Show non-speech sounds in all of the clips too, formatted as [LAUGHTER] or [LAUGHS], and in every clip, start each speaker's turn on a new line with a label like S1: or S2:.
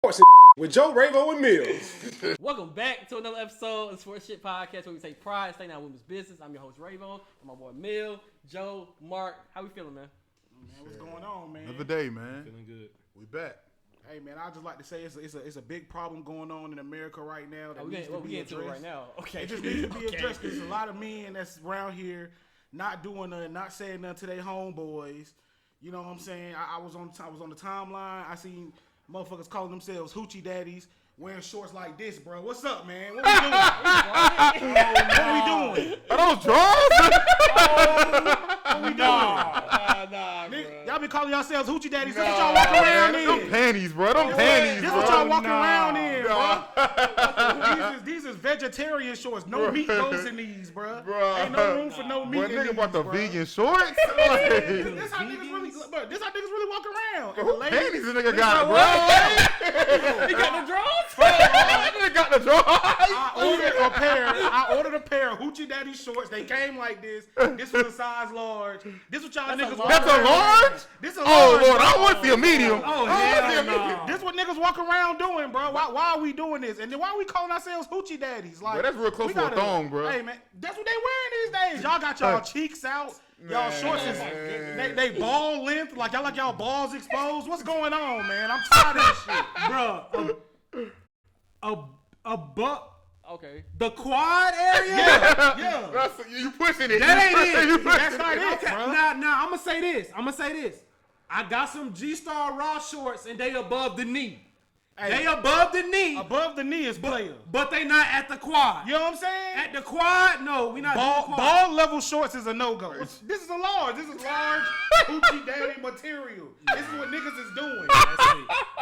S1: Sports and with Joe Ravo and Mills.
S2: Welcome back to another episode of Sports Shit Podcast where we take pride in staying out of women's business. I'm your host, Rayvon. I'm my boy Mill, Joe, Mark. How we feeling,
S3: [LAUGHS]
S2: man?
S4: Man, what's going on, man?
S3: Another day, man.
S5: Feeling good.
S3: We back.
S4: Hey, man, I just like to say it's a, it's a it's a big problem going on in America right now. That
S2: Oh, we
S4: needs
S2: get, well,
S4: to
S2: we
S4: be
S2: get to it
S4: addressed.
S2: right now. [LAUGHS] Okay.
S4: It just needs to be
S2: Okay.
S4: addressed. There's a lot of men that's around here not doing nothing, not saying nothing to their homeboys. You know what I'm saying? I, I was on I was on the timeline. I seen motherfuckers calling themselves hoochie daddies wearing shorts like this, bro. What's up, man? What we doing?
S2: [LAUGHS]
S4: what we doing?
S3: Are those draws?
S2: Nah, nah,
S4: Nigga,
S2: bruh.
S4: Y'all be calling yourselves hoochie daddies. That's what y'all walking around in.
S3: them panties, bro. Them panties,
S4: This
S3: bro.
S4: what y'all walking around in, bro. these, is, these is vegetarian shorts. No meat goes in these, bro.
S3: Bruh.
S4: Ain't no room for no meat
S3: Bro,
S4: in these,
S3: nigga bought the
S4: bruh. [LAUGHS]
S3: vegan shorts. Like,
S4: This, this how niggas really, bro, this how niggas really walk around. And the
S3: who
S4: ladies-
S3: panties this nigga got, bro?
S2: You got the draws?
S3: nigga got the draws.
S4: I ordered a pair. I ordered a pair of hoochie daddy shorts. They came like this. This was a size large. This what y'all niggas.
S2: a
S4: walk
S2: large.
S3: That's a
S4: around-
S3: large?
S4: This a
S3: Oh,
S4: large.
S3: Lord,
S4: bro.
S3: I want to see a medium.
S4: Oh,
S3: I want to see
S4: hell
S3: a medium.
S4: This what niggas walk around doing, bro. Why, why are we doing this? And then why are we calling ourselves hoochie daddies? Like
S3: Bro, that's real close
S4: we
S3: to a thong, bro.
S4: Hey man, that's what they wearing these days. Y'all got y'all cheeks out. Y'all shorts
S3: Oh,
S4: is they, they ball length. Like y'all like y'all balls exposed. What's going on, man? I'm tired of this shit.
S5: Bro, a, a, a buck,
S2: Okay.
S5: the quad area?
S3: [LAUGHS]
S4: Yeah.
S3: That's- you pushing it.
S5: That
S3: You
S5: ain't it.
S3: pushing You
S4: That's
S3: pushing
S4: not it,
S5: Okay,
S4: bro.
S5: nah, nah, I'm gonna say this. I'm gonna say this. I got some G Star Raw shorts and they above the knee.
S4: Hey,
S5: They above the knee,
S4: above the knee is player.
S5: but they not at the quad.
S4: You know what I'm saying?
S5: At the quad, no, we not doing
S4: Ball,
S5: quad.
S4: ball level shorts is a no go. This is a large. This is
S5: [LAUGHS]
S4: large hoochie daddy material. This is what niggas is doing.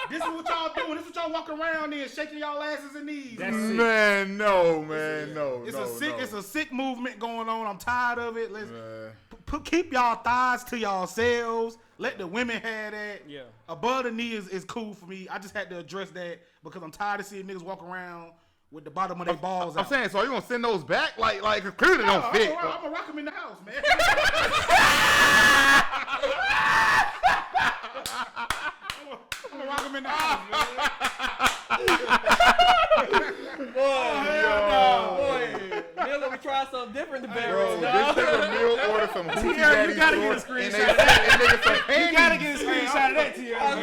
S4: This is what y'all doing. This is what y'all walking around in, shaking y'all asses and knees.
S5: That's it.
S3: Man, no, man, no.
S4: it's
S3: no,
S4: a sick.
S3: no.
S4: It's a sick movement going on. I'm tired of it. Let's
S3: Man.
S4: p- p- keep y'all thighs to yourselves. Let the women have that.
S2: Yeah.
S4: Above the knee is, is cool for me. I just had to address that because I'm tired of seeing niggas walk around with the bottom of their balls
S3: I'm
S4: out.
S3: saying, so are you gonna send those back? Like, like 'cause clearly they
S4: No,
S3: don't fit.
S4: I'm
S3: bro.
S4: gonna rock them in the house, man. I'm gonna rock them in the [LAUGHS] house, man.
S3: Oh.
S2: Boy, Mill, let me try something different to
S3: Bro,
S2: barrel.
S3: this nigga
S5: [LAUGHS]
S3: Mill ordered some hoochie
S5: Tierra, you
S3: daddy
S5: gotta get a
S3: shorts, and they
S5: screenshot of
S3: sent that nigga some panties.
S5: You gotta get a screenshot of that to you.
S2: I know.
S3: Man.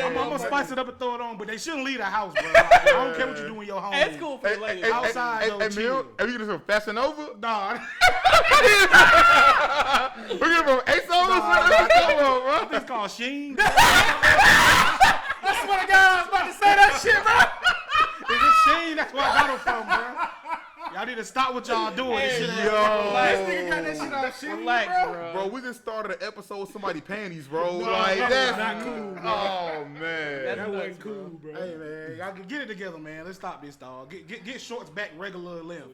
S4: I'm, I'm
S2: I'm
S4: gonna spice it up and throw it on, but they shouldn't leave the house, [LAUGHS] bro. I don't care what you do in your
S2: [LAUGHS]
S4: home.
S2: That's cool for
S3: Hey,
S2: the
S3: hey,
S2: ladies.
S3: hey,
S2: Outside.
S4: Outside,
S3: hey,
S4: though,
S3: hey, Mill,
S4: chill.
S3: are you getting some Fashion Nova?
S4: Nah,
S3: We're getting from Ace
S4: Nah,
S3: Over? Come on, bro.
S4: it's called
S5: [LAUGHS]
S4: Sheen.
S5: I swear to God, I was about to say that shit, bro.
S4: Is it Sheen? That's where I got him from, bro. Y'all need to stop what y'all doing. This shit ain't-
S3: Yo.
S5: Nigga got that shit on shit,
S4: Relax,
S5: bro.
S4: bro.
S3: Bro, we just started an episode with somebody panties, bro. like, that's not cool, Oh, man.
S5: That
S2: nuts,
S5: wasn't cool, bro.
S4: Hey man, y'all get it together, man. Let's stop this, dog. Get get, get shorts back regular length.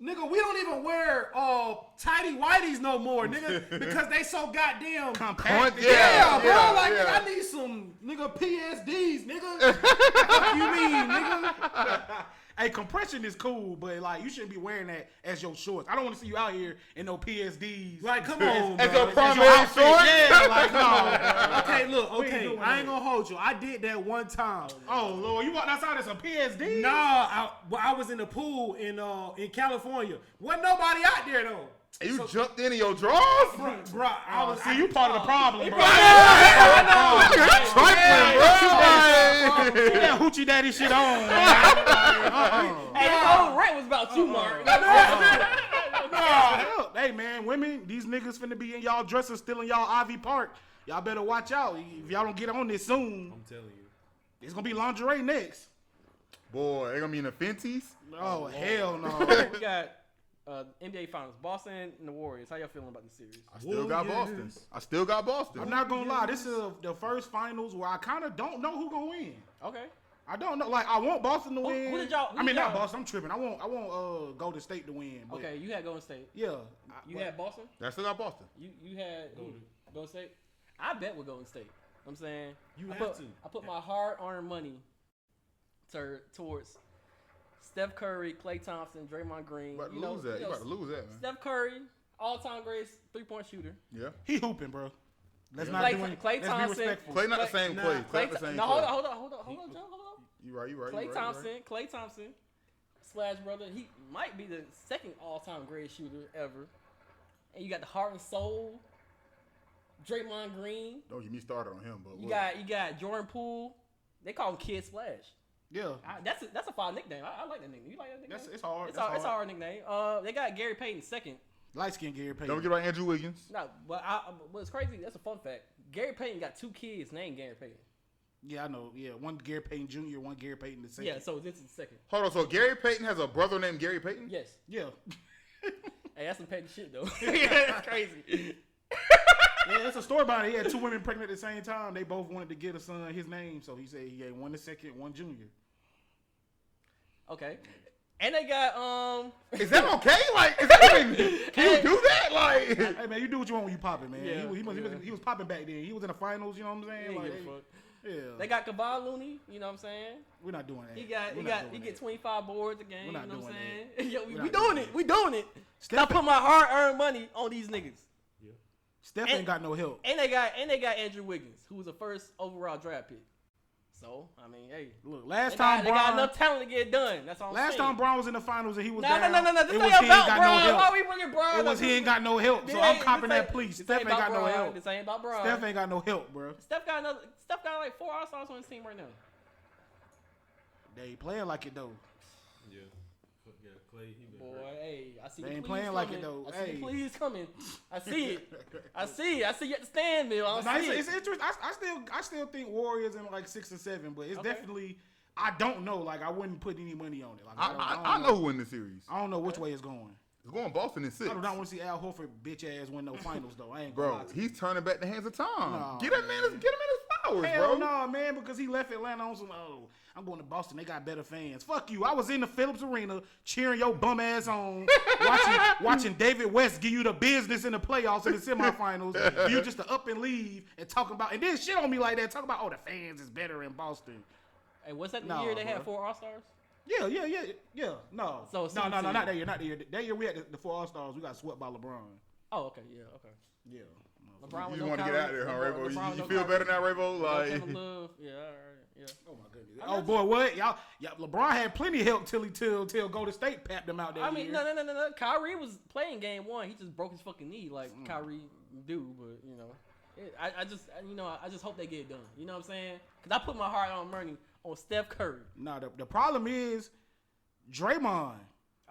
S5: Nigga, we don't even wear uh tidy whities no more,
S4: [LAUGHS]
S5: nigga, because they so goddamn
S4: Compact.
S3: Point-
S5: Yeah,
S3: Yeah,
S5: bro.
S3: yeah,
S5: like,
S3: yeah.
S5: nigga, I need some nigga PSDs, nigga. Fuck you mean, nigga?
S4: Hey, compression is cool, but like you shouldn't be wearing that as your shorts. I don't want to see you out here in no PSDs.
S5: Like, come on,
S3: As
S5: bro.
S3: your primary
S4: outfit,
S3: short?
S4: yeah,
S3: [LAUGHS]
S4: like no. bro.
S1: [LAUGHS]
S5: Okay, look,
S4: ain't
S5: okay,
S4: doing
S5: I ain't
S4: that.
S5: gonna hold you. I did that one time.
S4: Oh lord, you walked outside as a PSD?
S5: Nah, I, well, I was in the pool in uh in California. Wasn't nobody out there though.
S3: You jumped in your drawers? Bro,
S5: Bro,
S1: Ah.
S5: I
S4: Oh,
S5: was
S4: see, you part of the problem, bro.
S3: I know.
S4: Get that hoochie daddy shit on. man.
S2: Hey, this whole rant was about
S3: Uh-huh.
S2: you, Mark.
S4: Hell, Hey man, women, these niggas finna be in y'all dresses, still in y'all Ivy Park. Y'all better watch out. If y'all don't get on this soon,
S5: I'm telling you.
S4: it's gonna be lingerie next.
S3: Boy, they gonna be in the Fenties?
S4: Oh,
S2: [LAUGHS]
S4: hell no.
S2: We got uh, NBA Finals, Boston and the Warriors. How y'all feeling about the series?
S3: I still got
S5: Warriors.
S3: Boston. I still got Boston.
S4: I'm not gonna lie. This is the first finals where I kind of don't know who gonna win.
S2: Okay.
S4: I don't know. Like I want Boston to
S2: Who-
S4: win.
S2: who did y'all- who
S4: I mean,
S2: did
S4: not
S2: y'all-
S4: Boston. I'm tripping. I want I want uh Golden State to win. But
S2: Okay, you had Golden State.
S4: Yeah. I-
S2: You
S4: but-
S2: had Boston.
S3: I still got Boston.
S2: You you had who? Golden State. I bet with Golden State. I'm saying
S5: You
S2: I
S5: have
S2: put,
S5: to.
S2: I put my hard-earned money tur towards Steph Curry, Clay Thompson, Draymond Green.
S3: You about to
S2: know-
S3: lose that. You
S2: know,
S3: about to lose that, man.
S2: Steph Curry, all-time greatest three-point shooter.
S3: Yeah.
S4: he hooping, bro. Let's
S3: Yeah.
S4: not
S2: Clay-
S4: do any,
S2: Clay
S4: let's
S2: Thompson-
S4: be respectful.
S3: Clay not the
S2: Clay-
S3: same
S4: nah,
S3: Clay. Clay
S2: Clay,
S3: not the
S2: Tho-
S3: same
S2: no, hold
S3: Clay.
S2: on, hold on, hold on, hold on, Joe, hold on.
S3: You right, you right. you
S2: Clay
S3: right, you right.
S2: Thompson, Clay Thompson, Splash Brother, he might be the second all-time greatest shooter ever. And you got the heart and soul, Draymond Green.
S3: Don't get me started on him, but
S2: You
S3: look.
S2: got you got Jordan Poole. They call him Kid Splash.
S4: Yeah,
S2: I, that's a, that's a fine nickname. I, I like that nickname. You like that nickname?
S4: that's it's hard.
S2: it's,
S4: that's
S2: a-
S4: hard.
S2: it's a hard nickname. Uh, they got Gary Payton second.
S4: Light skin Gary Payton.
S3: don't forget about Andrew Wiggins.
S2: No, but I, I- but it's crazy. That's a fun fact. Gary Payton got two kids named Gary Payton.
S4: yeah, I know. Yeah, one Gary Payton Jr., one Gary Payton the second.
S2: Yeah, so this is the second.
S3: Hold on, so Gary Payton has a brother named Gary Payton?
S2: Yes.
S4: yeah. [LAUGHS]
S2: Hey, that's some Payton shit though. [LAUGHS] yeah, that's crazy.
S4: yeah, it's a story about it. He had two women pregnant at the same time. They both wanted to get a son his name, so he said he had one the second, one junior.
S2: Okay. And they got
S4: [LAUGHS]
S2: um.
S3: Is that okay? Like, is
S2: [LAUGHS]
S3: that even, can
S2: Hey.
S3: you do that? Like,
S4: Hey man, you do what you want when you popping, man.
S2: Yeah,
S4: he, was- he, was, he,
S2: yeah.
S4: was, he was popping back then. He was in the finals. You know what I'm
S2: they
S4: saying?
S2: ain't
S4: Like,
S2: give a fuck.
S4: yeah,
S2: They got Kavon Looney. You know what I'm saying?
S4: we're not doing that.
S2: He got,
S4: We're
S2: he
S4: not
S2: got,
S4: doing
S2: he
S4: that.
S2: get 25 boards a game. You
S4: We're
S2: know
S4: not
S2: what I'm
S4: doing
S2: saying? [LAUGHS] Yo, we,
S4: We're
S2: we
S4: not
S2: doing
S4: doing
S2: it.
S4: that.
S2: We doing it.
S4: Steph-
S2: Stop putting my hard-earned money on these niggas.
S4: Steph
S2: and-
S4: ain't got no help.
S2: And they got, and they got Andrew Wiggins, who was a first overall draft pick. So I mean, hey,
S4: Look,
S2: they
S4: last
S2: got,
S4: time
S2: they got
S4: Bron,
S2: enough talent to get it done. That's all. I'm
S4: last
S2: saying.
S4: time Bron was in the finals and he was
S2: No,
S4: down.
S2: no, no, no, no.
S4: it
S2: This
S4: was
S2: ain't
S4: he
S2: about
S4: got
S2: Bron.
S4: no
S2: Why
S4: help.
S2: we bringing Bron?
S4: It was
S2: up?
S4: he ain't got no help.
S2: This
S4: So I'm
S2: ain't-
S4: copping
S2: this
S4: that, please.
S2: this
S4: Steph ain't
S2: about
S4: got no
S2: Bron.
S4: help.
S2: This ain't about Bron.
S4: Steph ain't got no help, bro.
S2: Steph got another. Steph got like four All Stars on his team right now.
S4: They ain't playing like it though.
S1: Yeah. Fuck yeah, Clay. He been
S2: Boy,
S1: hurt.
S2: hey, I see.
S4: They
S2: the
S4: ain't
S2: pleas
S4: playing like it,
S2: coming.
S4: though.
S2: I see the
S4: Hey.
S2: please coming. I
S4: [LAUGHS]
S2: see it. I see it. I see you at the stand, Mill. I
S4: Now,
S2: don't
S4: it's,
S2: see
S4: it's
S2: it.
S4: interesting. I, I still, I still think Warriors in like six and seven, but it's
S2: Okay.
S4: definitely. I don't know. Like I wouldn't put any money on it. Like
S3: I,
S4: don't,
S3: I, I
S4: don't
S3: know who win the series.
S4: I don't know which way it's going.
S3: It's going Boston in six.
S4: I do not want to see Al Horford bitch ass win no finals though. I ain't gonna
S3: Bro,
S4: lie to you.
S3: he's turning back the hands of time.
S4: No,
S3: get that man, his, get him in his flowers,
S4: Hell
S3: bro.
S4: no, man, because he left Atlanta on some. Oh, I'm going to Boston. They got better fans. Fuck you. I was in the Phillips Arena cheering your bum
S2: [LAUGHS]
S4: ass on, watching watching David West give you the business in the playoffs and the semifinals. for you just to up and leave and talking about and then shit on me like that. Talking about oh the fans is better in Boston.
S2: Hey, what's that the
S4: Nah,
S2: year they had
S4: bruh.
S2: four All Stars?
S4: Yeah, yeah, yeah, yeah. No,
S2: So,
S4: no, no, no,
S2: season-
S4: not that year. Not that year. That year we had the, the four All Stars. We got swept by LeBron.
S2: Oh, okay, yeah, okay.
S4: Yeah.
S2: LeBron with
S3: You just
S2: no
S3: want to get
S2: Kyrie,
S3: out there, huh,
S2: LeBron-
S3: Raybo?
S2: LeBron
S3: You,
S2: with
S3: you
S2: no
S3: feel
S2: Kyrie,
S3: better now, Raybo?
S2: no
S3: Like, [LAUGHS]
S2: Kevin Love. Yeah, all right, yeah.
S4: Oh my goodness. Oh boy, what y'all? y'all LeBron had plenty of help till he till till Golden State papped him out that
S2: I mean,
S4: year.
S2: no, no, no, no, no. Kyrie was playing game one. He just broke his fucking knee, like
S4: Mm.
S2: Kyrie do. But you know, it, I, I just, I- you know, I, I just hope they get it done. You know what I'm saying? Cause I put my heart on money on Steph Curry.
S4: Nah, the, the problem is Draymond.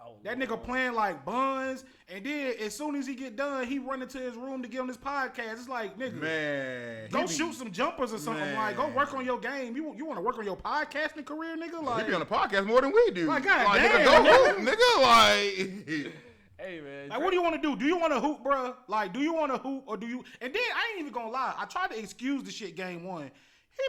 S2: Oh,
S4: That
S2: Lord.
S4: nigga playing like buns, and then as soon as he get done, he run into his room to get on his podcast. It's like nigga,
S3: man.
S4: go
S3: he be-
S4: shoot some jumpers or something.
S3: Man.
S4: Like, go work on your game. You you want to work on your podcasting career, nigga?
S3: He
S4: Like,
S3: be on the podcast more than we do.
S4: Like, God
S3: like,
S4: damn,
S3: nigga, go hoop, nigga. Like, [LAUGHS]
S2: Hey man,
S4: Like, what do you want to do? Do you want to hoop, bruh? Like, do you want to hoop or do you? And then I ain't even gonna lie. I tried to excuse the shit game one.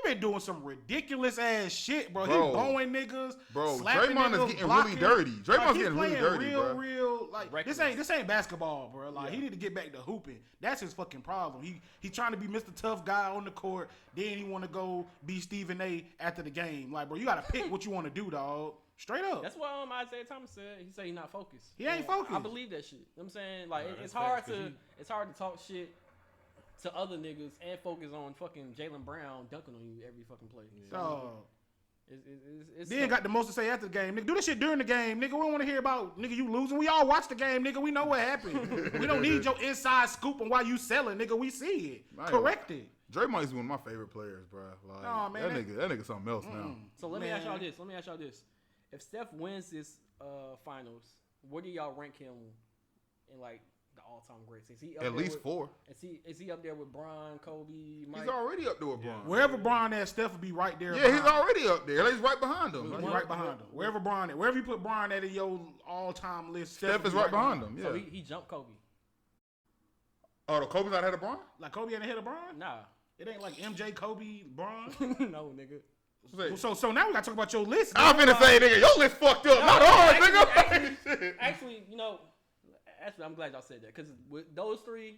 S4: He been doing some ridiculous ass shit, bro.
S3: Bro.
S4: he blowing niggas,
S3: Bro,
S4: slapping
S3: Draymond is
S4: niggas,
S3: getting
S4: blocking.
S3: really dirty. Draymond's
S4: Like, he's
S3: getting really
S4: playing
S3: dirty,
S4: real,
S3: bro.
S4: real. Like
S2: Reckless.
S4: this ain't this ain't basketball, bro. Like he need to get back to hooping. That's his fucking problem. He he trying to be Mr. Tough Guy on the court. Then he want to go be Stephen A. after the game. Like, bro, you gotta
S2: [LAUGHS]
S4: pick what you want to do, dog. Straight up.
S2: That's what um, Isaiah Thomas said. He said he's not focused.
S4: He ain't
S2: And I
S4: focused.
S2: believe that shit. You know what I'm saying like
S1: Nah,
S2: it- it's
S1: that's
S2: hard
S1: facts,
S2: to
S1: 'cause he-
S2: it's hard to talk shit to other niggas and focus on fucking Jalen Brown dunking on you every fucking play. So
S4: Dog.
S2: it's, it's, it's, it's
S4: Then
S2: tough.
S4: got the most to say after the game. Nigga, do this shit during the game. Nigga, we don't want to hear about nigga you losing. We all watch the game, nigga. We know what happened. we don't need your inside scoop on why you selling, nigga. We see it.
S3: Right.
S4: Correct it.
S3: Draymond is one of my favorite players, bro. Like,
S4: Nah, man,
S3: that,
S4: that- Mm.
S3: nigga, that nigga something else now.
S2: So let me ask y'all
S4: Man.
S2: this. Let me ask y'all this. If Steph wins this uh, finals, where do y'all rank him in like the all-time greats? Is he up
S3: At
S2: there
S3: least
S2: with,
S3: four.
S2: Is he is he up there with Bron, Kobe, Mike?
S3: He's already up there with Bron.
S4: Wherever Bron at, Steph will be right there.
S3: Yeah, he's
S4: behind him.
S3: already up there. Like, He's right behind him.
S4: He's
S3: Like,
S4: right behind him. Wherever Bron at, wherever you put Bron at in your all time list, Steph,
S3: Steph
S4: will
S3: is
S4: be
S3: right behind him.
S2: So
S3: Yeah.
S2: he, he jumped Kobe.
S3: Oh, the Kobe's not ahead of Bron.
S4: Like Kobe ain't ahead of Bron.
S2: Nah, [LAUGHS]
S4: It ain't like MJ, Kobe,
S3: [LAUGHS]
S4: Bron.
S2: no nigga.
S4: so so now we gotta talk about your list.
S3: I'm
S4: nigga.
S3: finna say, nigga, your list fucked up. Not ours,
S2: actually,
S3: [LAUGHS] nigga. Shit.
S2: Actually, you know, actually, I'm glad y'all said that because with those three,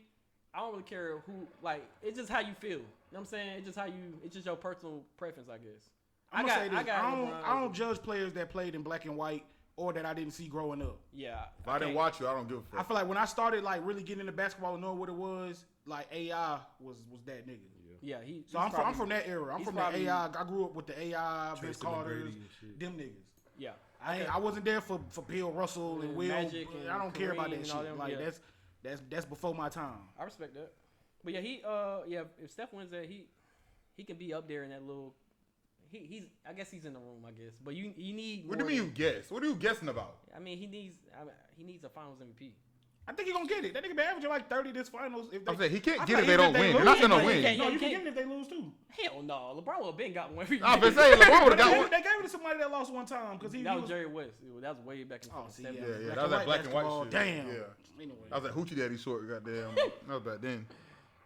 S2: I don't really care who. Like, it's just how you feel. You know what I'm saying? It's just how you. It's just your personal preference, I guess.
S4: I'm
S2: I
S4: gonna
S2: got-
S4: say this.
S2: I
S4: I,
S2: got
S4: don't,
S2: LeBron.
S4: I don't judge players that played in black and white or that I didn't see growing up.
S2: Yeah.
S3: If I didn't
S2: can't-
S3: watch you, I don't give a
S4: I
S3: fuck.
S4: feel like when I started like really getting into basketball and knowing what it was, like AI was was that nigga.
S2: Yeah, he.
S4: So
S2: he's
S4: I'm from, I'm
S2: probably-
S4: from that era. I'm
S2: he's
S4: from that
S2: probably-
S4: AI. I grew up with the AI, Vince
S1: Tracy
S4: Carter,
S1: McGrady and shit.
S4: them niggas.
S2: Yeah.
S4: I ain't, I wasn't there for for Bill Russell and
S2: Yeah,
S4: Will.
S2: Magic
S4: but
S2: and
S4: I don't care about
S2: Kareem
S4: that
S2: and
S4: shit.
S2: all them,
S4: like
S2: yeah.
S4: that's that's that's before my time.
S2: I respect that. But yeah, he uh yeah, if Steph wins that, he he can be up there in that little he he's I guess he's in the room, I guess. But you you need
S3: What do you
S2: more
S3: mean you
S2: than-
S3: guess? What are you guessing about?
S2: I mean, he needs I mean, he needs a finals MVP.
S4: I think he gonna get it. That nigga been averaging like thirty this finals. If they,
S3: I'm saying he can't
S4: I feel
S3: get it if they
S4: like even
S3: don't
S4: if they
S3: win. They're not
S4: lose,
S3: gonna
S2: he
S3: win.
S2: can't-
S4: no, you can
S2: can't-
S4: get it if they lose too.
S2: Hell no, LeBron would have been got one.
S3: I was saying LeBron would have
S4: They
S3: got
S4: gave,
S3: one.
S4: it- [LAUGHS] they gave it to somebody that lost one time because he,
S2: [LAUGHS] that
S4: he
S2: was
S4: was.
S2: Jerry West. It was- That was way back in
S4: Oh, see, yeah,
S2: 70s.
S3: yeah,
S4: yeah,
S3: that was that black and white shit.
S4: Damn.
S3: Yeah.
S4: Anyway,
S3: I was like hoochie daddy short, goddamn. that was back then.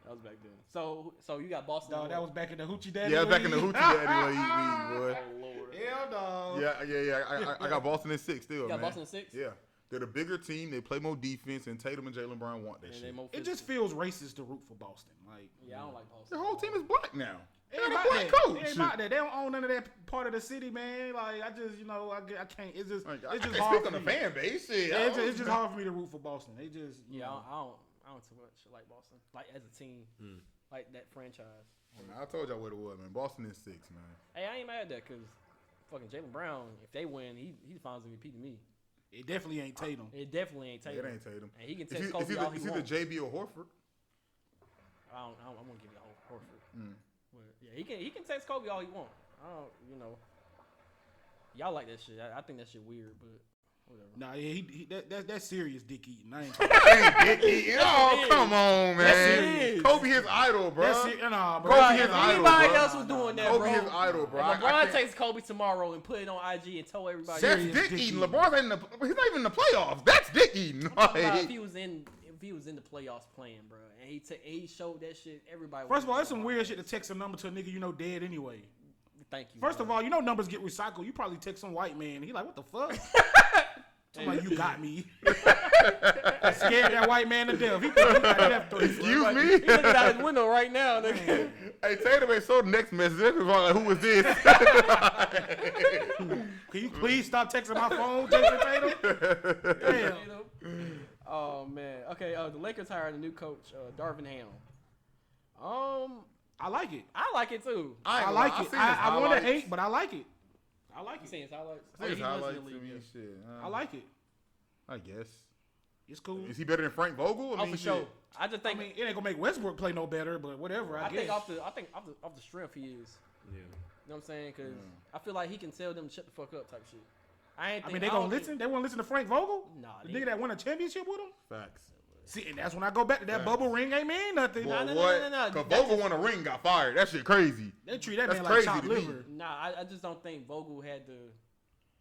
S2: That was back then. So so you got Boston.
S4: dog,
S2: Lord.
S4: that was back in the hoochie daddy.
S3: Yeah, I was back in the
S4: league.
S3: hoochie daddy league, league, boy.
S2: [LAUGHS] oh lord.
S4: [LAUGHS] Hell, dog.
S3: Yeah, yeah, yeah. I, I, I got Boston at six still.
S2: You got
S3: man.
S2: Boston at six?
S3: Yeah. They're the bigger team. They play more defense, and Tatum and Jalen Brown want that
S2: And they
S3: shit.
S2: more
S4: It just
S2: physical.
S4: feels racist to root for Boston. Like,
S2: Yeah, I don't like Boston.
S3: Their whole team is black now. They
S4: It
S3: got
S4: ain't,
S3: a
S4: about
S3: black
S4: that.
S3: coach.
S4: It ain't about that. They don't own none of that part of the city, man. Like I just, you know, I, get- I can't. It's just,
S3: Like, I, I
S4: it's
S3: can't
S4: just hard.
S3: speak
S4: for
S3: on the
S4: me.
S3: fan base.
S4: Yeah,
S3: Shit. I
S4: it's,
S3: don't-
S4: just, it's just hard for me to root for Boston. They just, you
S2: Yeah, I don't,
S4: know.
S2: I don't I don't too much like Boston. Like as a team. Like that franchise.
S3: Man, I told y'all what it was, man. Boston is six, man.
S2: Hey, I ain't mad at that because fucking Jalen Brown, if they win, he he finds MVP to me.
S4: It definitely ain't Tatum.
S2: It definitely ain't Tatum.
S3: It ain't Tatum.
S2: And he can
S3: It's
S2: text
S3: either-
S2: Kobe
S3: It's either,
S2: all he
S3: it's either
S2: wants.
S3: JB or Horford.
S2: I don't, I don't, I'm gonna give you a whole Horford. But yeah, he can he can text Kobe all he want. I don't, you know. Y'all like that shit. I, I think that shit weird, but whatever.
S4: Nah, yeah, he, he that, that that's serious, dick eating.
S3: [LAUGHS]
S4: I ain't.
S3: Dang,
S2: [LAUGHS]
S3: Dickie.
S2: it
S3: Oh,
S2: is.
S3: come on,
S2: it
S3: man.
S2: is.
S3: Kobe his idol, bro.
S4: that's it. Nah, bro.
S3: Kobe
S2: If
S3: his idol,
S2: anybody
S3: bro.
S2: else was doing that,
S3: Kobe
S2: bro.
S3: his idol, bro. I- I
S2: If
S3: can't-
S2: LeBron takes Kobe tomorrow and put it on IG and tell everybody.
S3: That's
S4: Serious
S3: dick
S4: dick
S3: eating.
S4: eating.
S3: LeBron's not in the. He's not even in the playoffs. That's dick [LAUGHS] eating.
S2: I'm talking about if he
S3: Like,
S2: was in, if he was in the playoffs playing, bro, and he ta- and he showed that shit, everybody.
S4: First of
S2: would
S4: all,
S2: know
S4: that's some
S2: about
S4: weird
S2: it.
S4: shit to text a number to a nigga you know dead anyway.
S2: Thank you.
S4: First
S2: bro.
S4: of all, you know numbers get recycled. You probably text some white man. He like, what
S2: [LAUGHS]
S4: the fuck? I'm like, you got me. [LAUGHS] I scared that white man to death. He thought he got death
S3: [LAUGHS]
S4: threats.
S3: Excuse
S2: Right.
S3: me.
S2: He looking out his window right now, nigga.
S3: hey, Tatum ain't so the next message. That's like, who was
S2: [LAUGHS]
S3: this? [LAUGHS]
S4: Can you please stop texting my phone, Jason Tatum? Damn.
S2: oh man. Okay. Uh, the Lakers hired a new coach, uh, Darvin Ham. Um,
S4: I like it.
S2: I like it too.
S3: ain't
S4: I
S3: gonna
S4: like
S3: lie.
S4: it.
S3: seen his
S4: I, I want to
S3: highlights.
S4: hate, but I like it. I like
S2: You
S4: it.
S2: seen his highlights?
S3: I
S2: Oh, he
S3: seen his
S2: was in the
S3: highlights
S2: league,
S3: to me.
S2: yeah.
S3: Shit. Uh,
S4: I like it.
S3: I guess.
S4: It's cool.
S3: Is he better than Frank Vogel? I
S2: Oh,
S3: mean,
S2: for
S3: shit.
S2: sure. I just
S4: I
S2: think. I,
S4: mean, it ain't gonna make Westbrook play no better, but whatever. I, guess.
S2: think off the. I think off the off the strength he is. You
S1: Yeah.
S2: know what I'm saying? Because I feel like he can tell them to shut the fuck up type shit. I ain't.
S4: I
S2: Think,
S4: mean, they gonna
S2: don't think-
S4: listen. They want to listen to Frank Vogel,
S2: Nah,
S4: the
S2: they-
S4: nigga that won a championship with him.
S3: Facts.
S4: See, and that's when I go back to that
S3: Facts.
S4: bubble ring. Ain't mean nothing.
S3: Boy,
S2: no, no,
S3: what?
S2: no, no, no.
S3: Cause
S2: That's
S3: Vogel won a ring, got fired. That shit crazy.
S4: They treat that
S3: That's
S4: man
S3: crazy
S4: like chopped
S3: to me.
S4: liver.
S2: Nah, I, I just don't think Vogel had the.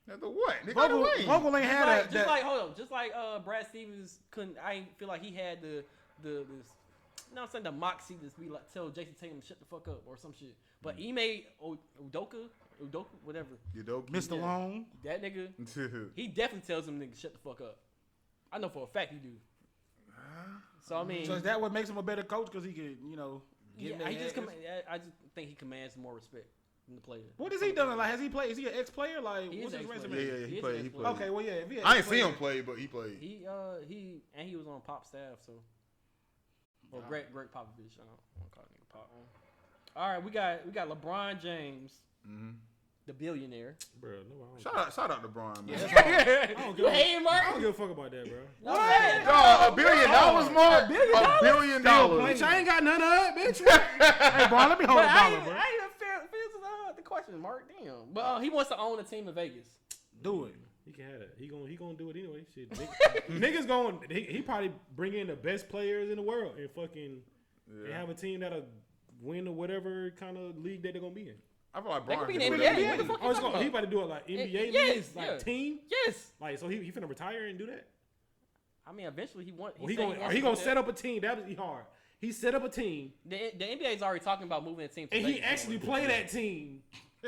S3: That's the what? Nigga got a
S4: Vogel,
S3: ring.
S4: Vogel ain't
S2: Just
S4: had
S2: like,
S4: a.
S2: just
S4: That,
S2: like hold on, just like uh, Brad Stevens couldn't. I ain't feel like he had the the this. No, I'm saying the moxie to be like tell Jason Tatum shut the fuck up or some shit. But Ime O- Udoka, Udoka, whatever
S3: You dope.
S4: Mr.
S2: yeah.
S4: Long,
S2: that nigga,
S3: I
S2: he definitely tells him nigga shut the fuck up. I know for a fact he do. So I mean,
S4: so is that what makes him a better coach? Because he could, you know, get in
S2: yeah,
S4: their
S2: he just
S4: ass?
S2: com- I- I just think he commands more respect than the player.
S4: What has he done? Like, has he played? Is he an ex-player? Like,
S2: He is
S4: what's his
S2: an ex-player.
S4: resume?
S3: Yeah, yeah, he
S2: is an
S3: played- he
S2: ex-player.
S3: yeah.
S4: Okay, well, yeah. If he an
S3: ain't see
S4: ex-player-
S3: him play, but he played.
S2: He uh he and he was on Pop staff, so well Greg Greg Popovich. I don't want to call nigga Pop. All right, we got we got LeBron James,
S1: Mm-hmm.
S2: the billionaire.
S1: Bro, no, I don't.
S3: Shout out, shout out to Brian, man.
S1: don't
S2: you
S1: give a-
S2: hating
S1: I
S2: Mark?
S1: don't give a fuck about that, [LAUGHS] bro.
S2: What?
S3: Dog, a billion dollars, Mark. A billion dollars.
S5: Bitch, I ain't got none of it,
S1: [LAUGHS]
S5: bitch.
S4: Hey, bro, let me hold
S2: But
S4: a
S2: I
S4: dollar,
S2: ain't,
S4: bro.
S2: I ain't even fair, fair to, uh, the question, Mark. Damn. But uh, he wants to own a team in Vegas.
S4: Do it.
S1: He can have that. He gonna he gonna do it anyway.
S5: [LAUGHS]
S1: Shit, nigga, niggas going. He, he probably bring in the best players in the world and fucking and have a team that'll win or whatever kind of league that they're gonna be in.
S3: I feel like
S2: That
S3: Brian.
S2: could be
S3: can
S2: an
S3: do
S2: NBA. What
S3: that.
S2: the fuck
S1: Oh,
S2: you
S1: it's
S2: talking
S1: gonna, he
S2: about?
S1: about to do it like NBA league,
S2: yes,
S1: like
S2: yeah.
S1: team.
S2: Yes.
S1: Like so, he he finna retire and do that.
S2: I mean, eventually he want.
S1: Well, he
S2: said
S1: gonna
S2: wants
S1: he
S2: to
S1: gonna
S2: do
S1: set
S2: that.
S1: up a team. That was hard. He set up a team
S2: The, the NBA is already talking about moving a team. To
S1: and
S2: Vegas
S1: he actually
S2: anyway.
S1: play that team.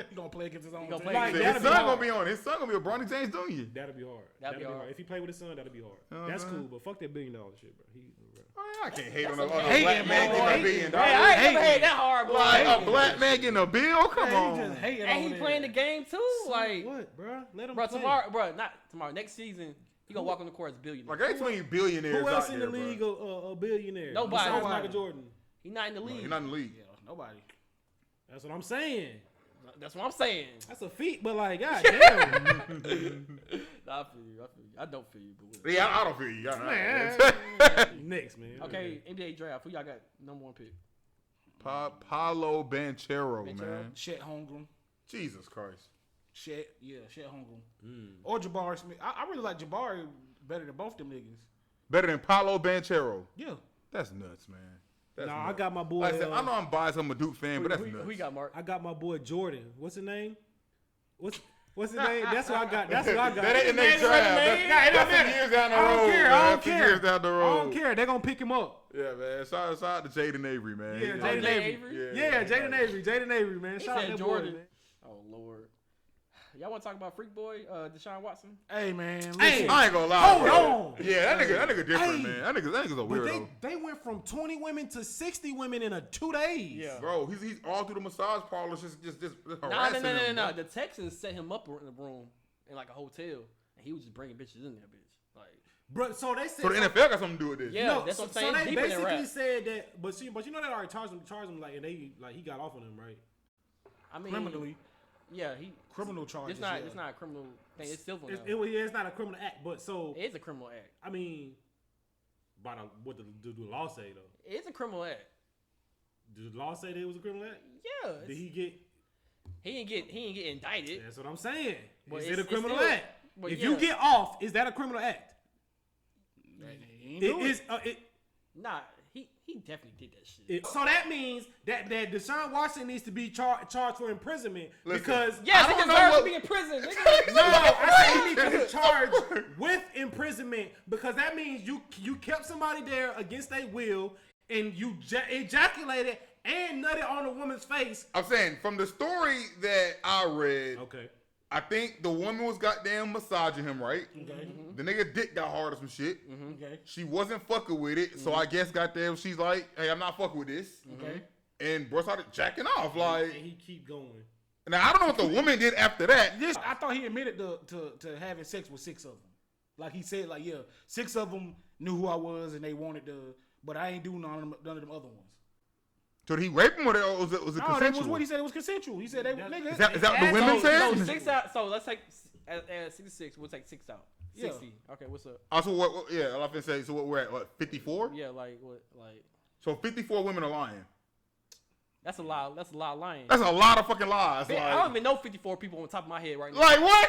S4: He gonna play against his own
S2: gonna
S4: team.
S2: play
S1: Like,
S3: His
S1: that'd
S3: son
S1: be hard.
S3: gonna be on. His son gonna be a Bronny James Jr.
S1: That'll be hard.
S2: That'd
S1: That'll
S2: be
S1: be hard.
S2: hard.
S1: If he played with his son, that'll be hard.
S3: Uh-huh.
S1: That's cool, but fuck that billion dollar shit, bro. He, bro.
S3: Man, I can't hate on a, on a
S2: okay.
S3: black
S4: Hating,
S3: man
S4: boy.
S3: getting a
S4: Hating.
S3: billion
S2: Hey, I
S3: dollars.
S2: ain't never had that hard, boy.
S3: Like a black man getting a bill? Come
S4: Man, he
S3: on.
S4: just hating
S2: and
S4: on
S2: he
S4: that.
S2: playing the game too. Like,
S1: what, bro? Let him
S2: bro,
S1: play.
S2: tomorrow, bro, not tomorrow. Next season, he gonna walk on the court as a billionaire.
S3: Like, ain't too many billionaires
S1: Who else
S3: out
S1: in the
S3: there,
S1: league a,
S3: bro.
S1: a, a billionaire?
S2: Nobody.
S1: Besides
S2: Nobody.
S1: Michael Jordan.
S2: He not in the league.
S3: You're not in the league.
S4: Yeah, nobody.
S1: That's what I'm saying.
S2: That's what I'm saying.
S1: That's a feat,
S2: [LAUGHS]
S1: but like, god damn.
S2: Nah, I feel you. I feel you. I don't feel you, but whatever.
S3: Yeah, I, I don't feel you. I- I-
S1: Next, man.
S2: Okay, NBA draft. Who y'all got number one pick?
S3: Pa- Paolo Banchero, man.
S4: Shet Holmgren.
S3: Jesus Christ.
S4: Shet, yeah, Shet Holmgren.
S1: Hmm.
S4: Or Jabari Smith. I, I really like Jabari better than both them niggas.
S3: Better than Paolo Banchero.
S4: Yeah.
S3: That's nuts, man. That's
S1: Nah, I
S3: nuts.
S1: got my boy.
S3: Like I said,
S1: uh,
S3: I know I'm biased. I'm a Duke fan, but that's
S2: who, who,
S3: nuts.
S2: who you got, Mark?
S1: I got my boy Jordan. What's his name? What's what's his
S2: [LAUGHS]
S1: name? That's what I got. That's what I got.
S3: that ain't in their
S1: That's
S3: draft.
S1: what I
S3: That's, that's,
S1: made. Nah, it don't
S3: some
S1: matter.
S3: years down the road.
S1: I don't care.
S3: Man.
S1: I
S3: That's
S1: don't
S3: some
S1: care.
S3: years down the
S1: I
S3: road.
S1: don't care. They're gonna pick him up.
S3: Yeah, man. Shout, shout out to Jaden Avery, man.
S1: Yeah, Jaden
S2: Jay
S1: Avery. Yeah, Jaden Avery. Jaden Avery, man.
S2: He
S1: Shout out
S2: said
S1: that
S2: Jordan.
S1: boy, man.
S2: Oh Lord. Y'all want to talk about Freak Boy, uh, Deshaun Watson?
S4: Hey, man. Listen,
S1: Hey,
S3: I ain't gonna lie.
S1: Hold
S3: bro.
S1: on.
S3: Yeah, that nigga, that nigga different,
S5: Hey.
S3: man. That nigga, that nigga's a
S5: But
S3: weirdo.
S5: they, they went from 20 women to 60 women in a two days.
S3: Bro, he's he's all through the massage parlors, just just just harassing
S2: Nah, no, no, no, no,
S3: him,
S2: no.
S3: bro.
S2: The Texans set him up in a room in like a hotel, and he was just bringing bitches in there, bitch. Like,
S5: Bro, so they said
S3: So the NFL got something to do with this. [LAUGHS]
S2: yeah,
S5: No,
S2: that's
S5: so,
S2: what I'm saying.
S5: so
S2: It's
S5: they
S2: deeper than
S5: basically
S2: rap.
S5: said that, but see, but you know that already charged him, charged him like, and they like he got off on him, right?
S2: I mean,
S4: criminally.
S2: yeah, he.
S4: Criminal charges.
S2: It's not.
S4: yeah.
S2: It's not a criminal thing. It's civil.
S5: It's,
S2: now.
S5: it, was- yeah, it's not a criminal act, but so
S2: Oh, it is a criminal act.
S5: I mean, by the, what the, the, the law say though?
S2: It's a criminal act.
S5: Did the law say that it was a criminal act?
S2: Yeah, it's-
S5: Did
S2: he,
S5: he get?
S2: didn't get. He didn't get indicted.
S5: That's what I'm saying.
S2: But
S5: is it
S2: it's-
S5: a
S2: it's
S5: criminal
S2: still-
S5: act?
S2: but
S5: If
S2: yeah.
S5: you get off, is that a criminal act?
S4: He ain't
S5: It
S4: do it.
S5: is. Uh, it,
S2: Nah, he he definitely did that shit.
S5: it- so that means that that Deshaun Watson needs to be char- charged for imprisonment
S3: Listen.
S5: because
S2: yes,
S3: I
S2: he
S3: don't know
S2: deserves to
S3: what-
S2: be in prison.
S3: [LAUGHS]
S2: nigga.
S5: No, I say he needs to be
S1: [LAUGHS]
S5: charged with imprisonment because that means you you kept somebody there against their will and you ja- ejaculated and nutted on a woman's face.
S3: I'm saying from the story that I read,
S5: Okay.
S3: I think the woman was goddamn massaging him, right? The nigga dick got hard or some shit.
S4: Mm-hmm. Okay. Mm-hmm.
S3: She wasn't fucking with it, so I guess goddamn she's like, hey, I'm not fucking with this.
S4: Okay.
S3: And bro started jacking off.
S5: And
S3: Like
S5: he keep going.
S3: now I don't know what the woman did after that.
S4: This, I thought he admitted to, to to having sex with six of them. Like he said, like yeah, six of them knew who I was and they wanted to, but I ain't do none of them, none of them other ones.
S3: So did he rape him or was it was it
S4: No, that was
S3: consensual?
S4: what he said. It was consensual. He said they nigga.
S3: is that is that what the
S4: That's
S3: women
S4: all-
S3: said?
S2: so six out. So let's take at, at sixty-six. We'll take six out.
S4: Yeah.
S2: Sixty. Okay, what's up?
S3: Also, Uh, what, what- yeah, I often say. So what we're at? What fifty four?
S2: Yeah, like what? Like
S3: So fifty four women are lying.
S2: that's a lot. That's a lot of lying.
S3: That's a lot of fucking lies.
S2: Man,
S3: like,
S2: I don't even know 54 people on top of my head right now.
S3: like what?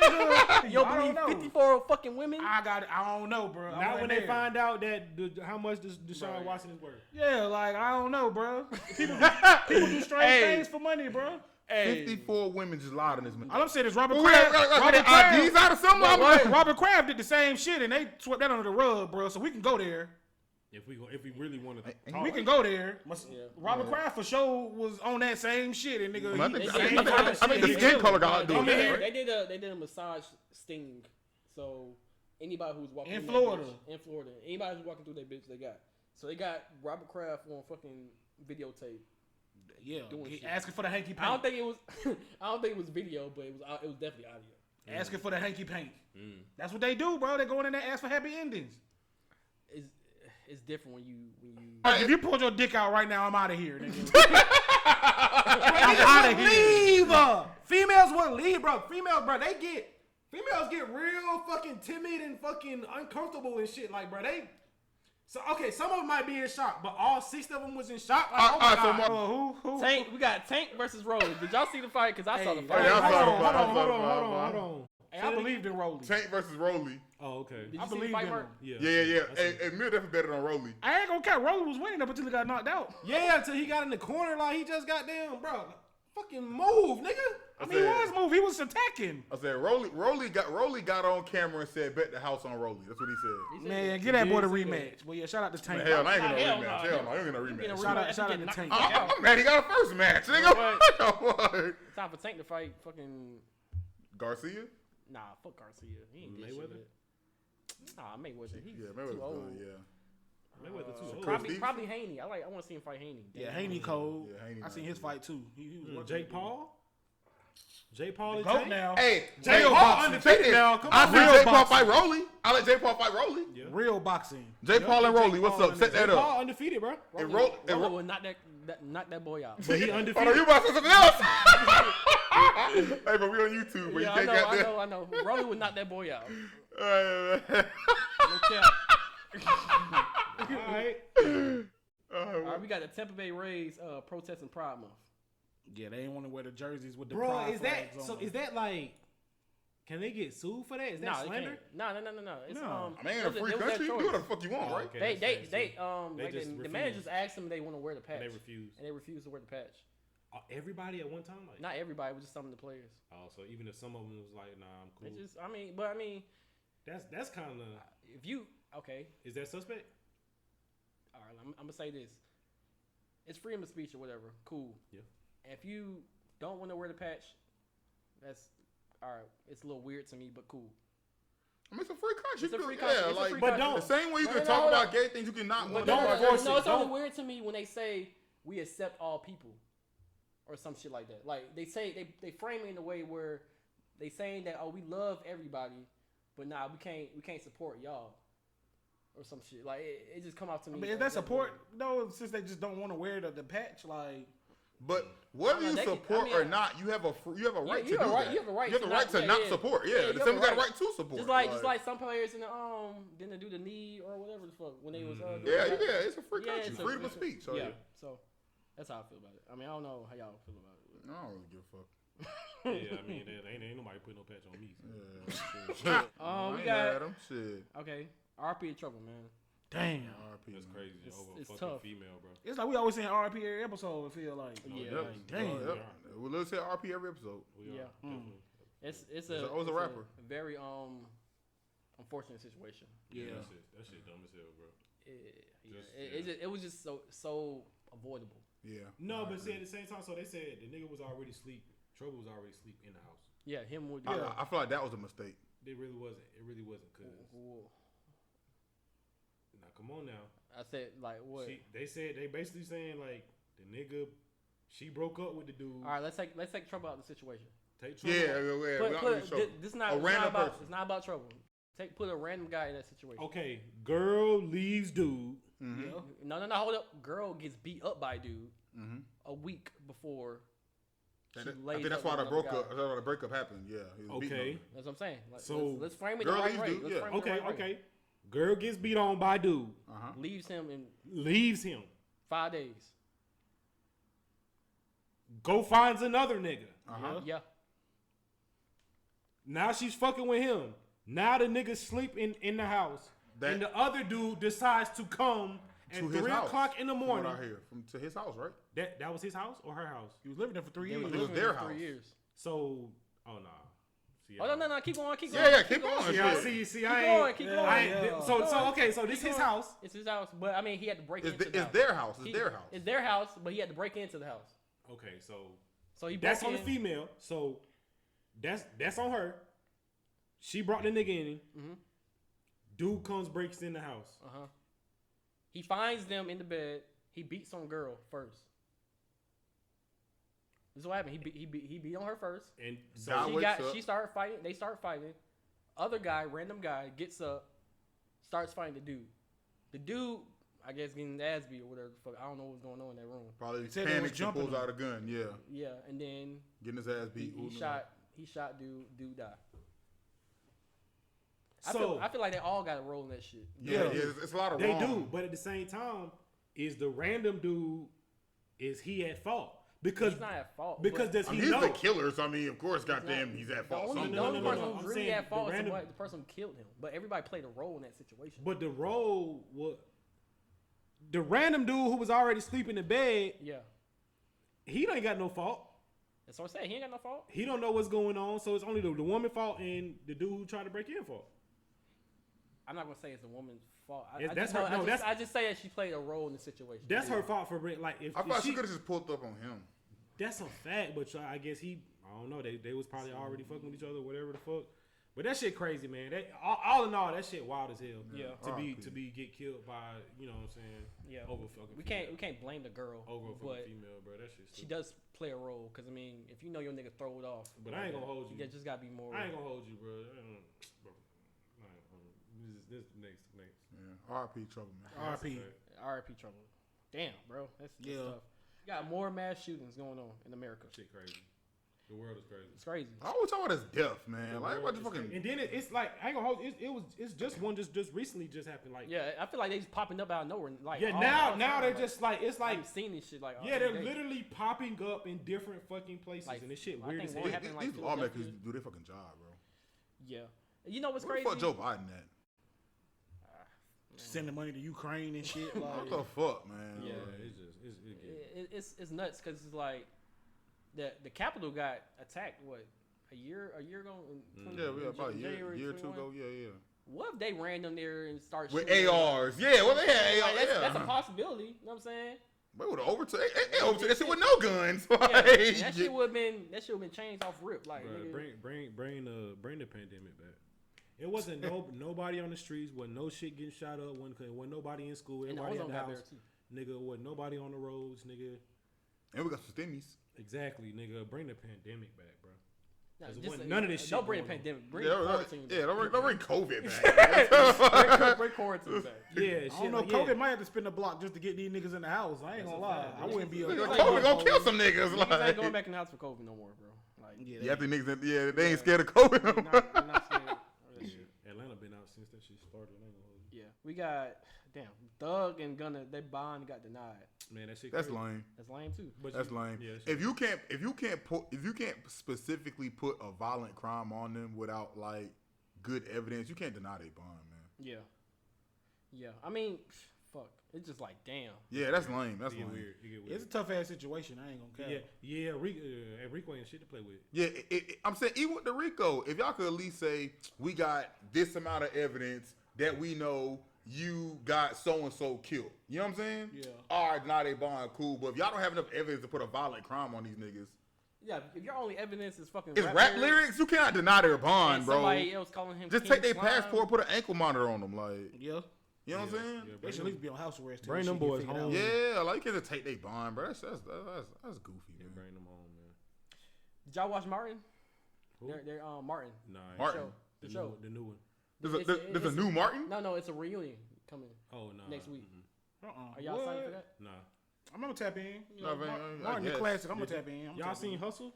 S2: you don't
S4: I don't
S2: believe
S4: know.
S2: 54 fucking women?
S4: I got. I don't know, bro.
S1: Not when they find out that the, how much this Deshaun Watson is worth.
S4: Yeah, like I don't know, bro. People, people do strange
S2: Hey.
S4: things for money, bro.
S2: hey,
S3: fifty four women just lied on this man. uh,
S4: All I'm saying is Robert
S3: Well, we
S4: Kraft.
S3: got- we got-
S4: Robert,
S3: we got
S4: Kraft
S3: IDs out of somewhere.
S4: Robert, Robert Kraft did the same shit, and they swept that under the rug, bro. So we can go there.
S1: If we go, if we really want to,
S3: Oh,
S4: We can go there. Robert Kraft for sure was on that same shit, and nigga.
S3: I
S4: he-
S3: think,
S2: They
S3: I
S2: did-
S3: think, I think, I think, I think
S4: he
S3: the skin
S4: chilling.
S3: color got to do
S2: they,
S3: with
S2: did,
S3: that.
S2: they
S3: Right?
S2: did a they did a massage sting. So anybody who's walking
S4: In
S2: through that
S4: Florida.
S2: bitch- in Florida, anybody who's walking through that bitch, they got. So they got Robert Kraft on fucking videotape.
S4: Yeah,
S2: doing
S4: he
S2: shit.
S4: asking for the hanky
S2: I don't
S4: paint.
S2: think it was [LAUGHS] I don't think it was video, but it was au- it was definitely audio.
S4: Asking for the hanky paint.
S2: Mm.
S4: That's what they do, bro. They go in there and ask for happy endings.
S2: It's it's different when you when you
S4: Like, if you pulled your dick out right now, I'm out of here,
S3: [LAUGHS]
S4: nigga. I'm out of here.
S5: Leave her. Females want to leave, bro. Females, bro, they get females get real fucking timid and fucking uncomfortable and shit. Like, bro, they. So okay, some of them might be in shock, but all six of them was in shock. Like,
S3: All
S5: oh my
S3: right, so
S5: God.
S3: Mark,
S4: Well, who, who?
S2: Tank, we got Tank versus Rose. Did y'all see the fight? Cause I saw the
S4: Hey,
S2: fight.
S3: hey, I
S5: hold,
S3: saw
S5: on,
S3: the
S5: hold,
S3: vibe, I
S5: on,
S3: saw
S5: hold
S3: the
S5: on,
S3: vibe,
S5: hold on,
S3: bro.
S5: hold on.
S2: Hey,
S4: I believed in Rowley.
S3: Tank versus Rolly.
S1: Oh, okay.
S2: Did
S4: I
S2: you see the
S4: believed
S2: fight,
S4: in
S2: Mark?
S4: him.
S1: Yeah,
S3: Yeah, yeah, yeah.
S1: I
S3: And,
S1: see.
S3: and Mill definitely better than Rolly.
S4: I ain't gonna care. Rowley was winning up until he got knocked out.
S5: Yeah, until he got in the corner like he just got down, bro. Fucking move, nigga.
S4: I mean, he was moved. He was attacking.
S3: I said Rolly. Rolly got Rolly got on camera and said, "Bet the house on Rolly." That's what he said.
S4: Man, get that boy the
S1: did say
S4: rematch. Well, yeah, shout out to Tank.
S3: Man, hell, I ain't gonna
S2: Hell
S3: rematch.
S2: no.
S3: Hell no, I ain't gonna
S2: Get a
S3: rematch.
S2: rematch
S4: Shout out-
S2: after
S4: shout out
S2: getting
S4: to
S2: knocked
S4: Tank.
S2: out.
S3: I- I'm mad he got a first match, nigga. [LAUGHS] What?
S2: Time for Tank to fight fucking.
S3: Garcia.
S2: Nah, fuck Garcia. He ain't did shit
S1: Mayweather?
S2: yet. Nah, Mayweather. He's
S3: Yeah,
S2: too
S3: Mayweather's
S2: old.
S3: done. Yeah,
S1: Mayweather too old.
S2: Probably,
S3: Stevenson?
S2: probably Haney. I like. I want to see him fight Haney.
S4: Yeah, Haney cold.
S3: Yeah, Haney
S4: I seen
S3: not
S4: his fight too. He, he was
S1: Mm,
S4: working.
S1: Jake Paul. Jake Paul and
S4: Goat
S1: Tank?
S4: now.
S3: Hey,
S1: Jake Oh. Paul undefeated
S3: Say this.
S1: now, come
S3: I
S1: on.
S3: let
S4: Real
S3: Jay Paul
S4: boxing.
S3: fight Rolly. I let Jay Paul fight Rolly.
S4: Real boxing.
S3: Jay Paul and
S1: Jake
S3: Rolly, what's
S1: Paul
S3: up? Set that
S1: Jake Paul
S3: up.
S1: undefeated, bro.
S3: And
S2: Roll,
S3: Roll, and Roll.
S2: will knock that, that knock that boy
S3: [LAUGHS]
S2: out.
S1: But he
S3: Oh no,
S1: undefeated.
S3: you about to say something else? hey, but we on YouTube, but
S2: yeah, I
S3: you
S2: know,
S3: can't
S2: I
S3: get
S2: know, I
S3: [LAUGHS]
S2: know. Rolly would knock that boy out.
S3: that.
S2: No cap.
S1: All right.
S3: Uh,
S2: All right, we got the Tampa Bay Rays uh, protesting Pride Month.
S4: Yeah, they didn't want to wear the jerseys with the
S1: Bro,
S4: pride
S1: is that
S4: flags on
S1: so?
S4: them.
S1: Is that like? Can they get sued for that? Is that
S2: Nah, they
S1: slander?
S2: can't. Nah, no, no, no, no. It's,
S4: No.
S2: Um,
S3: I mean, in
S2: it
S3: a
S2: was
S3: free
S2: it was their
S3: country, you
S2: choice.
S3: can do what the fuck you want, right?
S1: Okay,
S2: They,
S1: that's
S2: they,
S1: crazy.
S2: they, um,
S1: They
S2: like
S1: just
S2: the, the
S1: refused.
S2: manager just asked them if they want to wear the patch.
S1: They refuse. Uh,
S2: And they refused to wear the patch.
S1: Everybody at one time, like.
S2: Not everybody, but just some of the players.
S1: Oh, so even if some of them was like, "Nah, I'm cool."
S2: It's just, I mean, but I mean,
S1: that's that's kind of
S2: if you, okay,
S1: is that suspect?
S2: [LAUGHS] all right, I'm, I'm gonna say this. It's freedom of speech or whatever. Cool.
S1: Yeah.
S2: If you don't want to wear the patch, that's all right. It's a little weird to me, but cool.
S3: I mean, it's a free country.
S2: It's a
S3: you
S2: free
S3: can-
S2: country,
S3: Yeah,
S2: it's a
S3: like,
S2: free
S1: But don't.
S3: The same way you
S2: No,
S3: can
S2: no,
S3: talk
S2: no,
S3: about gay things, you can not
S2: But
S3: want
S1: don't
S2: no, no,
S3: to
S2: no,
S1: force
S2: no,
S1: it.
S2: it's only
S1: Don't-
S2: weird to me when they say we accept all people, or some shit like that. Like they say they they frame it in a way where they saying that oh we love everybody, but nah we can't we can't support y'all, or some shit. Like it, it just come off to me.
S4: I
S2: like,
S4: mean, is that
S2: that's
S4: support
S2: weird.
S4: though? Since they just don't want to wear the, the patch, like
S3: But whether
S2: No,
S3: you
S2: they can- I
S3: support
S2: mean,
S3: or
S2: I-
S3: not, you have a fr- you have a right
S2: you
S3: to
S2: have
S3: do
S2: a right-
S3: that.
S2: you have a right
S3: You have
S2: to
S3: the
S2: not-
S3: right to
S2: yeah,
S3: not
S2: yeah.
S3: support.
S2: Yeah,
S3: Yeah,
S2: you
S3: the
S2: have
S3: same
S2: a
S3: we got a
S2: right.
S3: right to support.
S2: Just like, just like some players in the um didn't do the knee or whatever the fuck when they was uh, doing
S3: Mm-hmm. yeah,
S2: that.
S3: yeah, it's a free
S2: Yeah,
S3: country,
S2: it's a-
S3: freedom of
S2: it's a-
S3: speech. So
S2: yeah. So that's how I feel about it. I mean I don't know how y'all feel about it.
S3: I don't really give a fuck.
S1: yeah, I mean, that, ain't, ain't nobody putting no patch on me. so.
S2: Um, we
S3: I ain't
S2: got-
S3: mad at 'em, Shit,
S2: Okay, RP in trouble, man.
S4: damn.
S3: R.I.P.
S1: That's
S3: man.
S1: crazy.
S2: It's-
S1: over a
S2: it's
S1: fucking
S2: tough.
S1: female, bro.
S4: It's like we always saying RP every episode. I feel like
S2: Yeah,
S3: Yep.
S2: like,
S4: damn.
S3: Oh, yep. We literally say R.P. every episode.
S1: We
S2: Yeah. hmm.
S1: are definitely.
S2: It's it's
S3: It's
S2: a
S3: a- oh, it's a
S2: it's
S3: rapper.
S2: very um unfortunate situation.
S1: Yeah,
S4: yeah.
S1: That, shit, that shit dumb as hell, bro.
S2: It, yeah,
S1: Just-
S2: it, it, ju- it was just so so avoidable.
S3: Yeah.
S1: No,
S3: I
S1: but see,
S3: agree.
S1: at the same time, so they said the nigga was already asleep. Trouble was already asleep in the house.
S2: Yeah, him with
S3: I,
S2: yeah.
S3: I feel like that was a mistake.
S1: It really wasn't. It really wasn't. Cause now, come on now.
S2: I said like what?
S1: She, they said they basically saying like the nigga, she broke up with the dude.
S2: All right, let's take let's take trouble out of the situation.
S1: Take
S3: Yeah, yeah,
S1: trouble. out.
S3: yeah.
S2: Put,
S3: without
S2: put,
S3: any trouble.
S2: thi- this not,
S3: A
S2: it's not
S3: random
S2: about
S3: person. Oh,
S2: it's not about trouble. Take put a random guy in that situation.
S1: Okay, girl leaves dude.
S3: mm-hmm.
S2: No, no, no. Hold up. Girl gets beat up by dude
S3: Mm-hmm.
S2: a week before.
S3: That-
S2: she
S3: I
S2: lays
S3: think that's
S2: up
S3: why
S2: with
S3: the
S2: another
S3: broke
S2: guy.
S3: up. That's why the breakup happened. Yeah. he was beating on
S1: Okay.
S3: her.
S2: That's what I'm saying. Like,
S1: So,
S2: let's, let's frame it
S3: girl
S2: the right
S3: leaves
S2: way.
S3: dude,
S2: Let's
S3: yeah.
S2: frame it the
S1: Okay,
S2: right way.
S1: okay. Girl gets beat on by dude.
S2: Leaves him in
S1: Leaves him.
S2: five days.
S1: Go finds another nigga.
S2: Yeah.
S1: Now she's fucking with him. Now the nigga sleep in, in the house.
S3: That-
S1: and the other dude decides to come at
S3: To his
S1: three
S3: house,
S1: o'clock in the
S3: From what
S1: morning.
S3: I hear, from to his house, right?
S1: That that was his house or her house.
S4: He was living there for three
S2: They were
S4: years.
S3: was
S2: living
S3: their
S2: there for
S3: house.
S2: three years.
S1: So oh nah. See,
S2: Oh no, no, no. Keep going. Keep
S3: Yeah,
S2: going.
S3: yeah, keep on.
S1: See, I,
S3: Shit.
S1: see, see,
S2: Keep
S1: I ain't.
S2: going. Keep going.
S1: I ain't
S4: Yeah.
S1: so
S2: Keep
S1: so
S2: going,
S1: okay. So
S2: keep
S1: this his
S2: going.
S1: house.
S2: It's his house, but I mean, he had to break
S3: It's,
S2: into
S3: th-
S2: the
S3: it's
S2: house.
S3: their house. It's
S2: He-
S3: their house.
S2: It's their house, but he had to break into the house.
S1: Okay, so
S2: So he
S1: that's
S2: broke
S1: on the
S2: in.
S1: female. So that's that's on her. She brought the nigga in.
S2: Mm-hmm.
S1: Dude comes breaks in the house.
S2: Uh huh. He finds them in the bed. He beats on girl first. This is what happened. He beat, he beat, he beat on her first.
S1: And so
S3: Guy
S2: She
S3: wakes
S2: got
S3: up.
S2: she started fighting. They start fighting. Other guy, random guy, gets up, starts fighting the dude. The dude, I guess, getting the ass beat or whatever. the Fuck, I don't know what's going on in that room.
S3: Probably
S4: said they was
S3: panics and
S4: jumping
S3: pulls
S4: on
S3: out a gun. Yeah,
S2: Yeah, and then
S3: getting his ass
S2: he,
S3: beat.
S2: he
S3: Ooh, no.
S2: shot. He shot dude. Dude died. I
S1: So-
S2: feel I feel like they all got a role in that shit.
S4: Yeah.
S3: Yeah, yeah, it's, it's a lot of
S1: they
S3: wrong.
S1: do, but at the same time, is the random dude is he at fault? Because
S2: He's not at fault.
S1: because
S2: but
S1: does
S3: I
S1: he
S3: mean, he's
S1: know?
S3: the killer, so I mean, of course, goddamn, he's at
S2: the
S3: fault.
S2: only, the
S3: somewhere.
S1: no,
S2: only
S1: no, no,
S2: person
S1: no,
S2: who's
S1: I'm
S2: really
S1: saying
S2: at fault is
S1: the
S2: the,
S1: random-
S2: one- the person who killed him. But everybody played a role in that situation.
S1: But the role what the random dude who was already sleeping in bed,
S2: yeah.
S1: he ain't got no fault.
S2: That's what I'm saying. He ain't got no fault.
S1: He don't know what's going on, so it's only the, the woman fault and the dude who tried to break in fault.
S2: I'm not gonna say it's a woman's fault. I,
S1: It-
S2: I
S1: that's
S2: just,
S1: her-
S2: know- I
S1: no,
S2: just- I
S1: that's-
S2: just say that she played a role in the situation.
S1: That's her fault for break. Like if,
S3: I
S1: if
S3: thought she,
S1: she,
S3: could have just pulled up on him.
S1: that's a fact. But so I guess he, I don't know. They they was probably already
S2: mm-hmm.
S1: fucking with each other, whatever the fuck. But that shit crazy, man. That all, all in all, that shit wild as hell.
S2: Yeah.
S1: To be
S3: R.I.P.
S1: to be get killed by you know what I'm saying.
S2: Yeah.
S1: Over a fucking.
S2: We
S1: female.
S2: can't we can't blame the girl,
S1: over a
S2: but
S1: fucking female, bro. That shit's
S2: she
S1: stupid.
S2: does play a role. Cause I mean, if you know your nigga throw it off,
S1: But I ain't gonna hold you.
S2: You just gotta be more.
S1: I ain't gonna hold you, bro. I don't, bro. I don't- This is this is next next.
S3: Yeah. RIP trouble, man.
S4: RP.
S2: R.I.P. Trouble. Damn, bro, that's, that's
S4: Yeah.
S2: tough. You got more mass shootings going on in America.
S1: Shit crazy. The world is crazy.
S2: It's crazy.
S3: I always talk about this death, man. Like,
S1: world
S3: what the
S1: is
S3: fucking.
S1: crazy. And then it, it's like I ain't gonna hold. you, It, it was it's just one just just recently just happened. Like
S2: Yeah, Oh, I feel like they just popping up out of nowhere. Like
S1: yeah.
S2: all-
S1: now
S2: all
S1: now
S2: time,
S1: they're
S2: like,
S1: just like it's like
S2: I've seen this shit like all
S1: yeah. They're
S2: day.
S1: literally popping up in different fucking places
S2: Like,
S1: and this shit
S2: I
S1: weird
S2: think
S1: as
S2: one
S1: hell.
S3: Th-
S2: happened
S3: th-
S2: in, like,
S3: these lawmakers
S2: Philadelphia.
S3: do their fucking job, bro.
S2: yeah. You know what's
S3: Where
S2: crazy?
S3: the fuck Joe Biden at?
S4: Sending money to Ukraine and [LAUGHS] shit.
S3: What
S4: Like,
S3: the fuck, man?
S1: Yeah,
S2: Yeah.
S1: it's just it's, it's
S2: It-
S1: getting-
S2: it- it's it's nuts because it's like the the Capitol got attacked what a year a year ago. in
S1: Mm.
S3: Yeah,
S2: 20
S3: we
S2: in
S3: had about a year,
S2: January
S3: year or two
S2: 21?
S3: ago. Yeah, yeah.
S2: What if they ran them there and started
S3: With
S2: shooting?
S3: ARs. Yeah, well, they had
S2: Like,
S3: ARs.
S2: that's,
S3: yeah.
S2: that's a possibility. You know what I'm
S3: [LAUGHS]
S2: saying?
S3: They would have overtaken. They, they overtook that shit with no guns.
S2: Yeah,
S3: Like,
S2: and that
S3: yeah.
S2: shit would have been that shit would have been changed off rip. Like
S1: Bruh,
S2: nigga,
S1: bring bring bring the bring uh, the pandemic back. It
S2: [LAUGHS]
S1: wasn't no nobody on the streets. Wasn't no shit getting shot up. Wasn't, wasn't nobody in school.
S2: and the
S1: Everybody in
S2: ozone
S1: the
S2: got better
S1: house.
S2: too.
S1: Nigga, wasn't nobody on the roads. Nigga,
S3: And we got some stimmies.
S1: exactly. Nigga, bring the pandemic back, bro.
S2: No,
S1: 'Cause it
S2: just
S1: wasn't
S2: a-
S1: none of this
S2: uh,
S1: shit
S2: Don't bring the
S1: going on.
S2: pandemic. Bring
S3: Yeah,
S2: the
S3: don't
S2: quarantine.
S3: yeah, don't bring, don't bring COVID [LAUGHS]
S2: back. Bring-
S3: back.
S2: bring quarantine
S3: [LAUGHS]
S2: back.
S1: Yeah, shit.
S4: I don't know.
S1: like,
S4: COVID
S1: yeah.
S4: might have to spin the block just to get these niggas in the house. I ain't gonna lie. I wouldn't [LAUGHS] be.
S3: Nigga,
S2: like,
S3: COVID gonna
S4: like,
S3: kill some niggas.
S2: Niggas ain't going
S3: Like,
S2: back in the house for COVID no more, bro. Like,
S4: Yeah,
S3: yeah, I
S4: they-
S3: think niggas, yeah, they ain't
S2: Yeah.
S3: scared of COVID. no
S2: we're
S3: more.
S2: not, we're not
S3: [LAUGHS]
S2: scared of that shit.
S1: Atlanta been out since that shit started. I ain't gonna hold
S2: Yeah, we got damn Thug and Gunna. Their bond got denied.
S1: you. Man, that shit.
S3: That's
S1: crazy.
S3: lame.
S2: That's lame too.
S1: But
S3: That's
S1: you-
S3: lame.
S1: Yeah, that shit-
S3: if you can't, if you can't put, if you can't specifically put a violent crime on them without like good evidence, you can't deny they bond, man.
S2: Yeah, yeah. I mean, fuck. It's just like damn.
S3: Yeah, that's lame. That's
S1: it get
S3: lame.
S1: weird. It get weird.
S4: It's a tough ass situation. I ain't gonna
S1: yeah,
S4: care.
S1: yeah. Rico, uh, and Rico ain't shit to play with.
S3: Yeah, it, it- I'm saying even with the Rico, if y'all could at least say we got this amount of evidence that we know you got so and so killed. You know what I'm saying?
S4: Yeah.
S3: All right, now they bond cool, but if y'all don't have enough evidence to put a violent crime on these niggas,
S2: Yeah, if your only evidence is fucking
S3: it's rap lyrics. You cannot deny their
S2: and
S3: bond, bro.
S2: somebody else calling him.
S3: Just
S2: King
S3: take their
S2: Slime,
S3: passport, put an ankle monitor on them, like
S4: Yeah.
S3: you know what I'm
S1: Yeah,
S3: saying?
S4: They
S1: yeah, bring
S4: should at
S1: them-
S4: least be on house arrest. till
S1: Bring
S4: this
S1: them
S4: shit get
S1: boys
S4: figured
S1: home.
S4: out.
S1: Yeah.
S3: Yeah, like you can just take they bond, bro. That's that's that's, that's goofy,
S1: Yeah,
S3: man.
S1: bring them home, man.
S2: Did y'all watch Martin?
S1: Who?
S2: They're, they're um Martin.
S1: Nah, it's-
S3: Martin.
S2: Show. The
S1: the new,
S2: show.
S1: one- the new one.
S3: There's a,
S2: It's-
S3: there's,
S2: it's-
S3: there's a new Martin.
S2: No, no, it's a reunion coming.
S1: Oh no.
S2: Next week.
S4: Uh-uh.
S2: Are y'all
S4: What?
S2: signed for that?
S1: Nah.
S4: I'm gonna tap in. You
S3: No,
S4: know,
S3: man,
S4: Mar-
S3: I- I
S4: Martin the
S3: guess.
S4: classic. I'm gonna tap in. I'm
S1: Y'all
S4: tapping
S1: seen
S4: in.
S1: Hustle?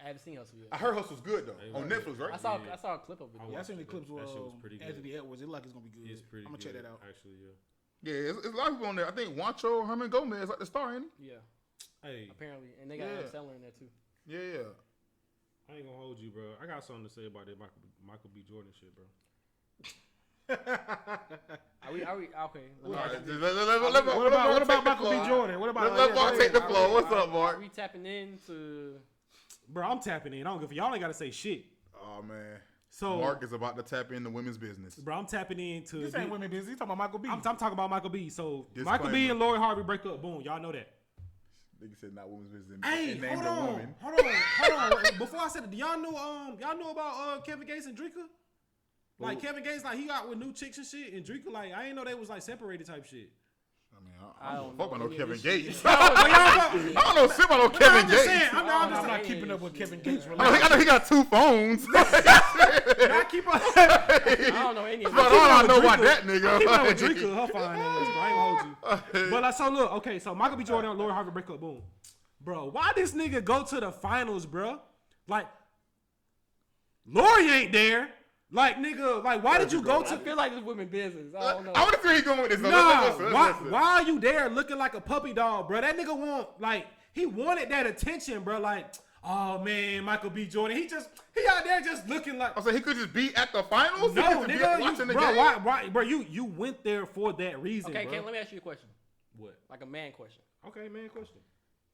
S2: I haven't seen Hustle
S3: I
S2: yet.
S3: heard Hustle's good though
S1: Hey,
S3: on
S1: right.
S3: Netflix, right?
S2: I saw
S1: Yeah.
S2: I saw a clip of it.
S1: I
S4: Yeah, I
S1: watched
S4: seen the
S1: it.
S4: clips with
S1: That shit was
S4: um,
S1: pretty good.
S4: Anthony Edwards. It look like it's gonna be good.
S1: It's pretty.
S4: I'm gonna check
S1: good,
S4: that out.
S1: Actually, yeah.
S3: Yeah, it's, it's a lot of people on there. I think Wancho Herman Gomez like the star, ain't
S2: Yeah,
S1: Hey,
S2: apparently, and they got
S3: Yeah.
S2: Adam Sandler in there too.
S3: he? Yeah, yeah.
S1: I ain't gonna hold you, bro. I got something to say about that Michael, Michael B. Jordan shit, bro.
S2: Are we? Are we? Okay. let me
S3: All right,
S2: ask
S3: just
S2: you-
S3: let- let- let-
S4: What
S3: let- let- let
S4: about
S3: Mark
S4: what
S3: take
S4: about
S3: the
S4: Michael B.
S3: floor.
S4: Jordan? What
S3: Let,
S4: about
S3: let
S4: yeah,
S3: Mark
S4: yeah,
S3: take the
S4: yeah.
S3: floor. What's up,
S2: Are
S3: Mark?
S2: we tapping into?
S1: Bro, I'm tapping in. I don't give. Y'all ain't gotta say shit.
S3: Oh man,
S1: So,
S3: Mark is about to tap into women's business.
S1: bro, I'm tapping into.
S4: This ain't women business. You talking about Michael B.
S1: I'm, I'm talking about Michael B. So Michael B.
S3: Disclaimer.
S1: and Lori Harvey break up. Boom, y'all know that.
S3: Nigga said not women's business.
S1: Hey,
S3: and named
S1: hold
S3: a
S1: on,
S3: woman.
S1: hold on, hold on. Before I said it, do y'all know um y'all know about uh Kevin Gates and Drinker? Like Kevin Gates, like he got with new chicks and shit, and Drinker, like I ain't know they was like separated
S4: [LAUGHS]
S1: type shit.
S3: I mean, I, I
S2: I
S3: don't
S2: don't
S3: fuck
S2: know
S3: about no
S2: any of this
S3: Kevin
S2: shit.
S3: Gates. [LAUGHS]
S1: I'm
S3: I don't know shit about no Kevin Gates.
S1: just saying, I'm, I'm just
S4: I'm not
S1: like,
S4: keeping up with
S2: Yeah.
S4: Kevin Gates.
S3: I know, he, I know he got
S4: [LAUGHS]
S3: two phones.
S1: I keep up,
S2: I don't know any of
S3: But
S2: that.
S3: all I
S1: with
S3: know about that
S1: Drinker.
S3: nigga.
S1: I
S3: [LAUGHS]
S1: keep up with
S3: like-
S1: Drinker, her fine ass, bro. I ain't gonna hold
S3: [LAUGHS]
S1: you. But like, so look, okay, so Michael B. Jordan, and Lori Harvey break up, boom, bro. Why this nigga go to the finals, bro? Like, Lori ain't there. Like, nigga, like, why did you go
S2: I
S1: to?
S2: feel like this women business. I
S3: I
S2: don't know.
S3: want to see where he going with this. though.
S1: Nah,
S3: Listen, listen,
S1: why,
S3: listen.
S1: why are you there looking like a puppy dog, bro? That nigga want like he wanted that attention, bro. Like, oh man, Michael B. Jordan, he just he out there just looking like
S3: I said he could just be at the finals.
S1: no,
S3: he could just be
S1: nigga,
S3: watching
S1: you,
S3: the
S1: bro.
S3: game.
S1: Why, why, bro? You you went there for that reason,
S2: Okay,
S1: bro.
S2: Ken, let me ask you a question,
S1: what?
S2: like a man question.
S1: Okay, man, question.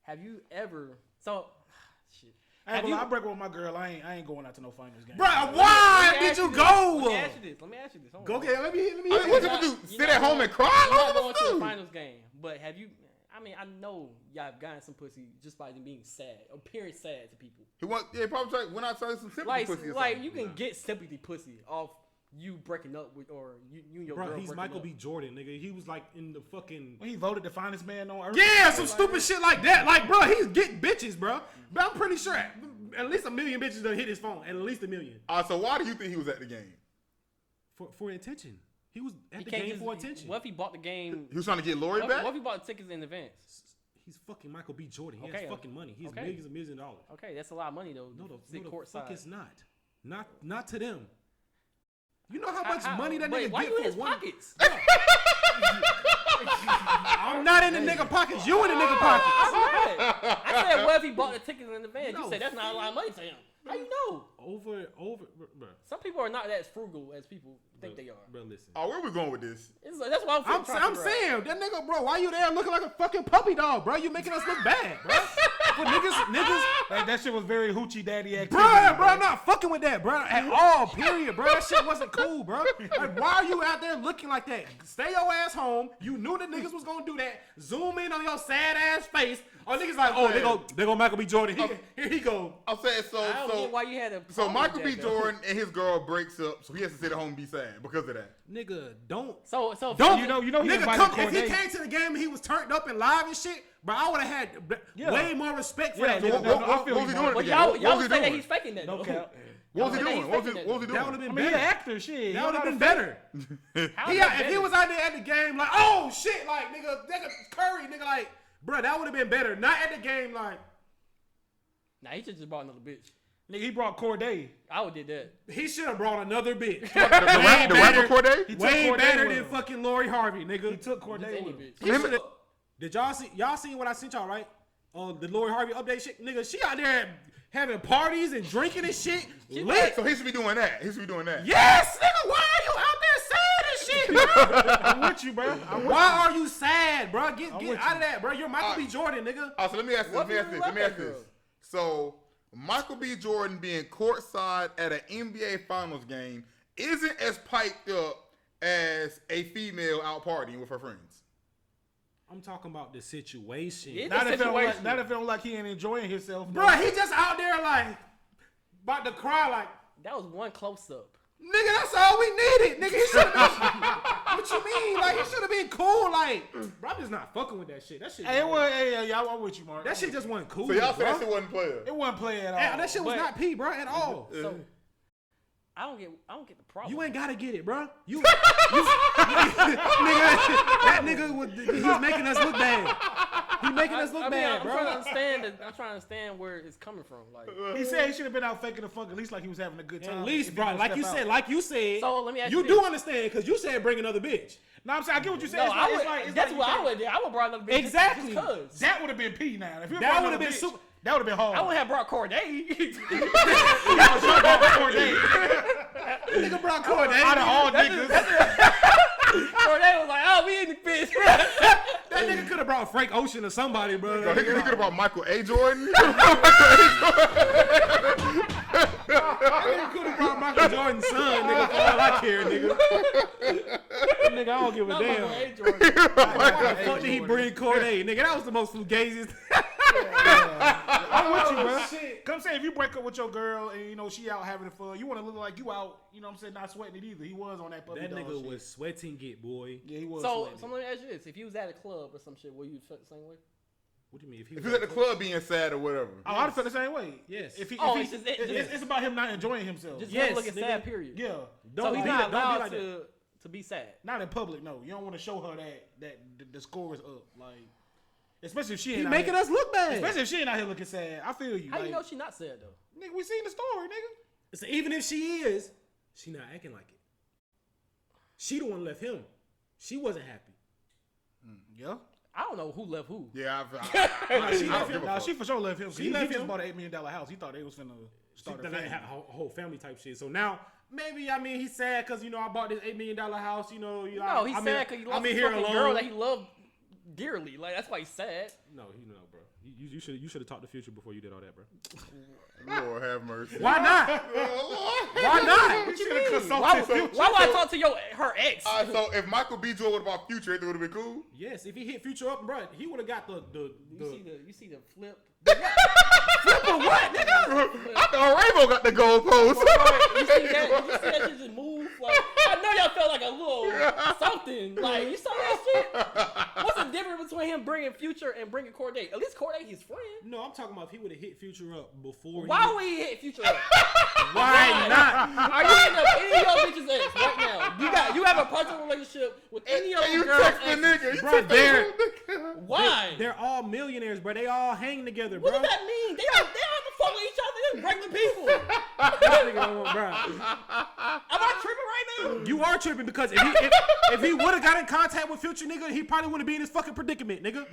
S2: Have you ever? So, [SIGHS] Shit.
S4: I ain't
S2: Have
S4: gonna lie,
S2: you-
S4: I break up with my girl. I ain't I ain't going out to no finals game.
S5: Bro,
S1: Ah,
S5: why
S2: Let me
S5: did
S2: ask
S5: you
S2: this.
S5: go?
S2: Let me ask you this. Let me ask you this. Hold
S5: Go
S2: on.
S5: okay, let me let me.
S3: I mean, what you gonna do?
S2: You're
S3: Sit
S2: not
S3: at home
S2: going-
S3: and cry?
S2: You're not
S3: What
S2: going
S3: you
S2: to the
S3: gonna do?
S2: finals game, but have you? I mean, I know y'all have gotten some pussy just by them being sad, appearing sad to people.
S3: He want, yeah, he probably tried, went outside with some sympathy
S2: Like,
S3: pussy or
S2: like
S3: something.
S2: you can get sympathy pussy off you breaking up with, or you, you and your
S1: Bro,
S2: girl.
S1: he's
S2: breaking
S1: Michael
S2: up.
S1: B. Jordan, nigga. He was like in the fucking.
S4: When he voted the finest man on earth.
S1: Yeah, some stupid shit like that. Like, bro, he's getting bitches, bro. But I'm pretty sure at, at least a million bitches done hit his phone. At least a million.
S3: Uh, so why do you think he was at the game?
S1: For, for attention. He was at
S2: He
S1: the
S2: can't
S1: game
S2: just-
S1: for attention.
S2: What if he bought the game?
S3: He was trying to get Lori
S2: What,
S3: back.
S2: what if he bought the tickets in advance?
S1: He's fucking Michael B. Jordan. He
S2: Okay, uh,
S1: has fucking money. He's
S2: okay.
S1: millions and millions of dollars.
S2: Okay, that's a lot of money though.
S1: No, the,
S2: to sit
S1: no, the
S2: courtside.
S1: fuck it's not. Not not to them. You know how
S2: How-
S1: much
S2: how-
S1: money that
S2: wait,
S1: nigga
S2: why
S1: get
S2: you
S1: for
S2: in his
S1: one. [LAUGHS]
S2: pockets?
S1: I'm not in the nigga pockets. You in the nigga pockets.
S2: [LAUGHS] I said, I said, what if he bought the tickets in advance?
S1: No.
S2: You said that's not a lot of money to him. How you know?
S1: Over, over, bro.
S2: Some people are not as frugal as people think they are.
S1: Bro, listen.
S3: oh, where we going with this?
S2: It's like- that's why I'm,
S1: I'm,
S2: trying to
S1: I'm
S2: figure out.
S1: saying that nigga, bro. Why you there looking like a fucking puppy dog, bro? You making us look bad, bro. For niggas, niggas,
S4: Like, that shit was very hoochie daddy activity.
S1: bro, bro. I'm not fucking with that, bro. At all, period, bro. That shit wasn't cool, bro. Like, why are you out there looking like that? Stay your ass home. You knew the niggas was gonna do that. Zoom in on your sad ass face. Or niggas like, oh, they go, they go Michael B. Jordan. He, here he go.
S3: I'm saying so.
S2: I don't
S3: so
S2: get why you had a.
S3: so
S2: problem with
S3: Michael B.
S2: that, though.
S3: Jordan and his girl breaks up, so he has to sit at home and be sad because of that.
S1: Nigga, don't
S2: So so
S1: Don't
S4: You know- you know Oh, he
S1: nigga,
S4: invited
S1: come, if he
S4: Cordae.
S1: came to the game and he was turned up and live and shit, bro, I would have had b-
S4: Yeah.
S1: way more respect for
S4: Yeah,
S1: that.
S4: yeah,
S1: nigga.
S4: no,
S3: what,
S4: no, I
S3: what,
S4: feel you,
S3: what was he doing?
S4: Mike.
S3: at the
S2: But
S3: game?
S2: y'all
S3: What
S2: y'all
S3: was
S2: say
S3: he doing?
S2: that he's faking that.
S4: No
S2: though.
S4: cap.
S3: What
S2: Y'all say
S3: was he
S2: that
S3: doing? What
S2: he's
S3: was he
S2: faking
S3: what was he
S4: I mean,
S3: doing?
S4: he an actor, shit.
S1: That would have
S4: He
S1: been
S4: know how to
S1: better.
S2: How's
S3: [LAUGHS]
S1: He,
S2: that
S1: if he
S2: better?
S1: was out there at the game, like, oh shit, like nigga, nigga Curry, nigga, like, bro, that would have been better. Not at the game, like,
S2: [LAUGHS] Nah, he should just bought another bitch.
S4: fi- Nigga, he brought Corday.
S2: I would did that.
S1: he should have brought another bitch.
S3: The rap- the rapper Cordae?
S4: took
S1: way
S4: Cordae
S1: better
S4: with him.
S1: than fucking Lori Harvey, nigga.
S4: He took Corday
S2: Any
S4: with him.
S2: bitch.
S1: He shoulda- Did y'all see? Y'all seen what I sent y'all, right? Uh, the Lori Harvey update shit, nigga. She out there having parties and drinking and shit, lit.
S3: So he should be doing that. He should be doing that.
S1: Yes, nigga, why are you out there sad and shit, bro?
S4: [LAUGHS]
S3: [LAUGHS]
S4: I'm with you, bro. I'm with
S1: why are you sad, bro? Get,
S4: I'm
S1: get
S4: with
S1: out of that, bro. You're Michael B.
S3: Alright.
S1: Jordan, nigga.
S3: Also, Oh, let me ask this.
S2: What
S3: Let me ask
S2: do
S3: this.
S2: you
S3: Let me
S2: love
S3: ask
S2: that
S3: this.
S2: girl?
S3: So, Michael B. Jordan being courtside at an NBA Finals game isn't as piped up as a female out partying with her friends.
S1: I'm talking about the situation.
S2: It-
S4: Not if, it don't like,
S2: Situation.
S4: not if it don't like he ain't enjoying himself.
S1: bro, he just out there like about to cry like
S2: That was one close up.
S1: Nigga, that's all we needed. Nigga, he should have been. [LAUGHS] what you mean? Like, he should have been cool. Like, bro, I'm just not fucking with that shit. That shit.
S4: Hey, it was, hey, hey, y'all, I'm with you, Mark.
S1: that shit just wasn't cool.
S3: So y'all said
S1: bro.
S3: that shit wasn't player.
S4: It wasn't playing at all.
S1: Yeah, that shit was
S4: but-
S1: not P, bro, at all.
S2: So I don't get I don't get the problem.
S1: You ain't gotta get it, bro.
S3: [LAUGHS]
S1: You, [LAUGHS] you nigga, that nigga was he's making us look bad. He making us look
S2: I mean,
S1: bad,
S2: I'm
S1: bro.
S2: trying to understand. that- I'm trying to understand where it's coming from. Like,
S4: He said he should have been out faking the funk at least like he was having a good time.
S1: At least,
S4: If he
S1: bro,
S4: gonna
S1: like
S4: step
S1: you
S4: out.
S1: said, like you said,
S2: So, let me ask
S1: you
S2: you
S1: do
S2: this.
S1: understand because you said bring another bitch.
S4: No, I'm saying I get what you said.
S2: no,
S4: It's like-
S2: I
S4: it's
S2: would.
S4: like- it's
S2: that's
S4: like
S2: what
S4: you
S2: I would. do. I would brought another bitch. just-
S1: Exactly.
S2: Just cause.
S4: can't- That would have been P now. If you
S1: That
S4: would have
S1: been
S4: bitch,
S1: super-
S4: That would have been hard.
S2: I would have brought Corday. [LAUGHS] [LAUGHS]
S1: Nigga brought Cordae.
S4: Out of all
S2: That's
S4: niggas,
S2: just- Corday was like, "Oh, we in the
S1: [LAUGHS]
S2: bitch, bro."
S1: That nigga could have brought Frank Ocean or somebody, bro.
S3: So he could have brought Michael A. Jordan. [LAUGHS]
S1: could have brought Michael Jordan's son, nigga, for all I care, nigga. nigga, I don't give a
S2: Not
S1: damn.
S2: Michael A. [LAUGHS] Jordan.
S1: Why the fuck did he bring Cordae? Nigga, that was the most fugaziest. [LAUGHS]
S4: I'm with
S2: Oh,
S4: you, bro. Come say if you break up with your girl and you know she out having fun, you want to look like you out. You know what I'm saying? Not sweating it either. He was on that puppy
S1: that
S4: dog
S1: nigga
S4: shit.
S1: was sweating it, boy.
S4: Yeah, he was.
S2: So,
S4: sweating.
S2: so let me ask you this: If you was at a club or some shit, were you felt the same way?
S1: What do you mean? If he
S3: If
S1: was
S3: he's at the club being sad or whatever.
S4: Oh, I'd have felt the same way.
S1: Yes.
S4: If he, if
S2: Oh,
S4: he,
S2: it's just- it-
S4: it's,
S2: just-
S4: it's about him not enjoying himself.
S2: Just
S1: Yes,
S2: yes, looking
S1: nigga.
S2: sad. Period.
S4: yeah.
S1: Don't
S2: so he's
S1: be
S2: not
S1: that- don't be
S2: allowed
S1: like
S2: to to be sad.
S4: Not in public, no. You don't want to show her that that the, the score is up, like especially if she ain't
S1: he
S4: out
S1: making
S4: here,
S1: us look bad.
S4: Especially if she ain't out here looking sad. I feel you.
S2: How do you
S4: like,
S2: know she not sad though?
S4: nigga, we seen the story, nigga.
S1: So even if she is, she not acting like it. She the one left him. She wasn't happy.
S4: Yeah.
S2: I don't know who left who.
S3: Yeah, I've, I, I, I,
S1: She
S3: don't
S1: left
S3: give
S1: him.
S3: a
S4: Nah,
S3: fuck.
S4: she for sure left him. She he,
S1: left
S4: he just
S1: him.
S4: bought an eight million dollar house. He thought they was finna
S1: She
S4: start a
S1: thought they
S4: family.
S1: had a whole whole family type shit. So now maybe I mean he's sad because you know I bought this eight million dollar house. You know, you
S2: No, he's
S1: I, I mean,
S2: sad because he
S1: I'm
S2: lost
S1: in
S2: his
S1: here
S2: fucking
S1: alone.
S2: girl that he loved dearly. Like that's why he's sad.
S1: no, he no, bro. You, you, you should you should have talked to Future before you did all that,
S2: [LAUGHS]
S1: bro.
S3: Lord have mercy. [LAUGHS]
S1: Why not? Why not?
S3: should have
S2: Why,
S3: consulted
S2: why
S3: some-
S2: would I talk to your her ex?
S1: Uh,
S3: All right, so if Michael B. Jordan would about Future, it would have been cool.
S1: [LAUGHS] Yes, if he hit Future up, bro, he would have got the the,
S2: you see
S1: the
S2: the you see the flip.
S3: I thought Rainbow got the goalpost. [LAUGHS]
S2: You see that? You see that shit just move? Like I know y'all felt like a little something. Like you saw that shit. What's the difference between him bringing Future and bringing Corday? At least Corday, his friend.
S1: No, I'm talking about if he would have hit Future up before.
S2: Why
S1: He,
S2: would he hit
S3: [LAUGHS]
S2: Future? up?
S1: why not?
S2: Are you hitting up any of your bitches' ex right now? You got you have a personal relationship with any of
S3: And
S2: your
S3: you
S2: girls'
S3: text the
S2: ex.
S3: nigga. You
S1: Bro,
S3: text the
S1: there-
S3: nigga.
S2: Why?
S1: They're all millionaires, bro. They all hang together,
S2: what
S1: bro.
S2: does that mean? They don't they don't have to fuck with each other. They're regular people.
S1: That nigga don't want- bro.
S2: Am I tripping right now?
S1: You are tripping because if he if, if he would have got in contact with Future nigga, he probably wouldn't be in this fucking predicament,
S2: [LAUGHS]
S1: nigga.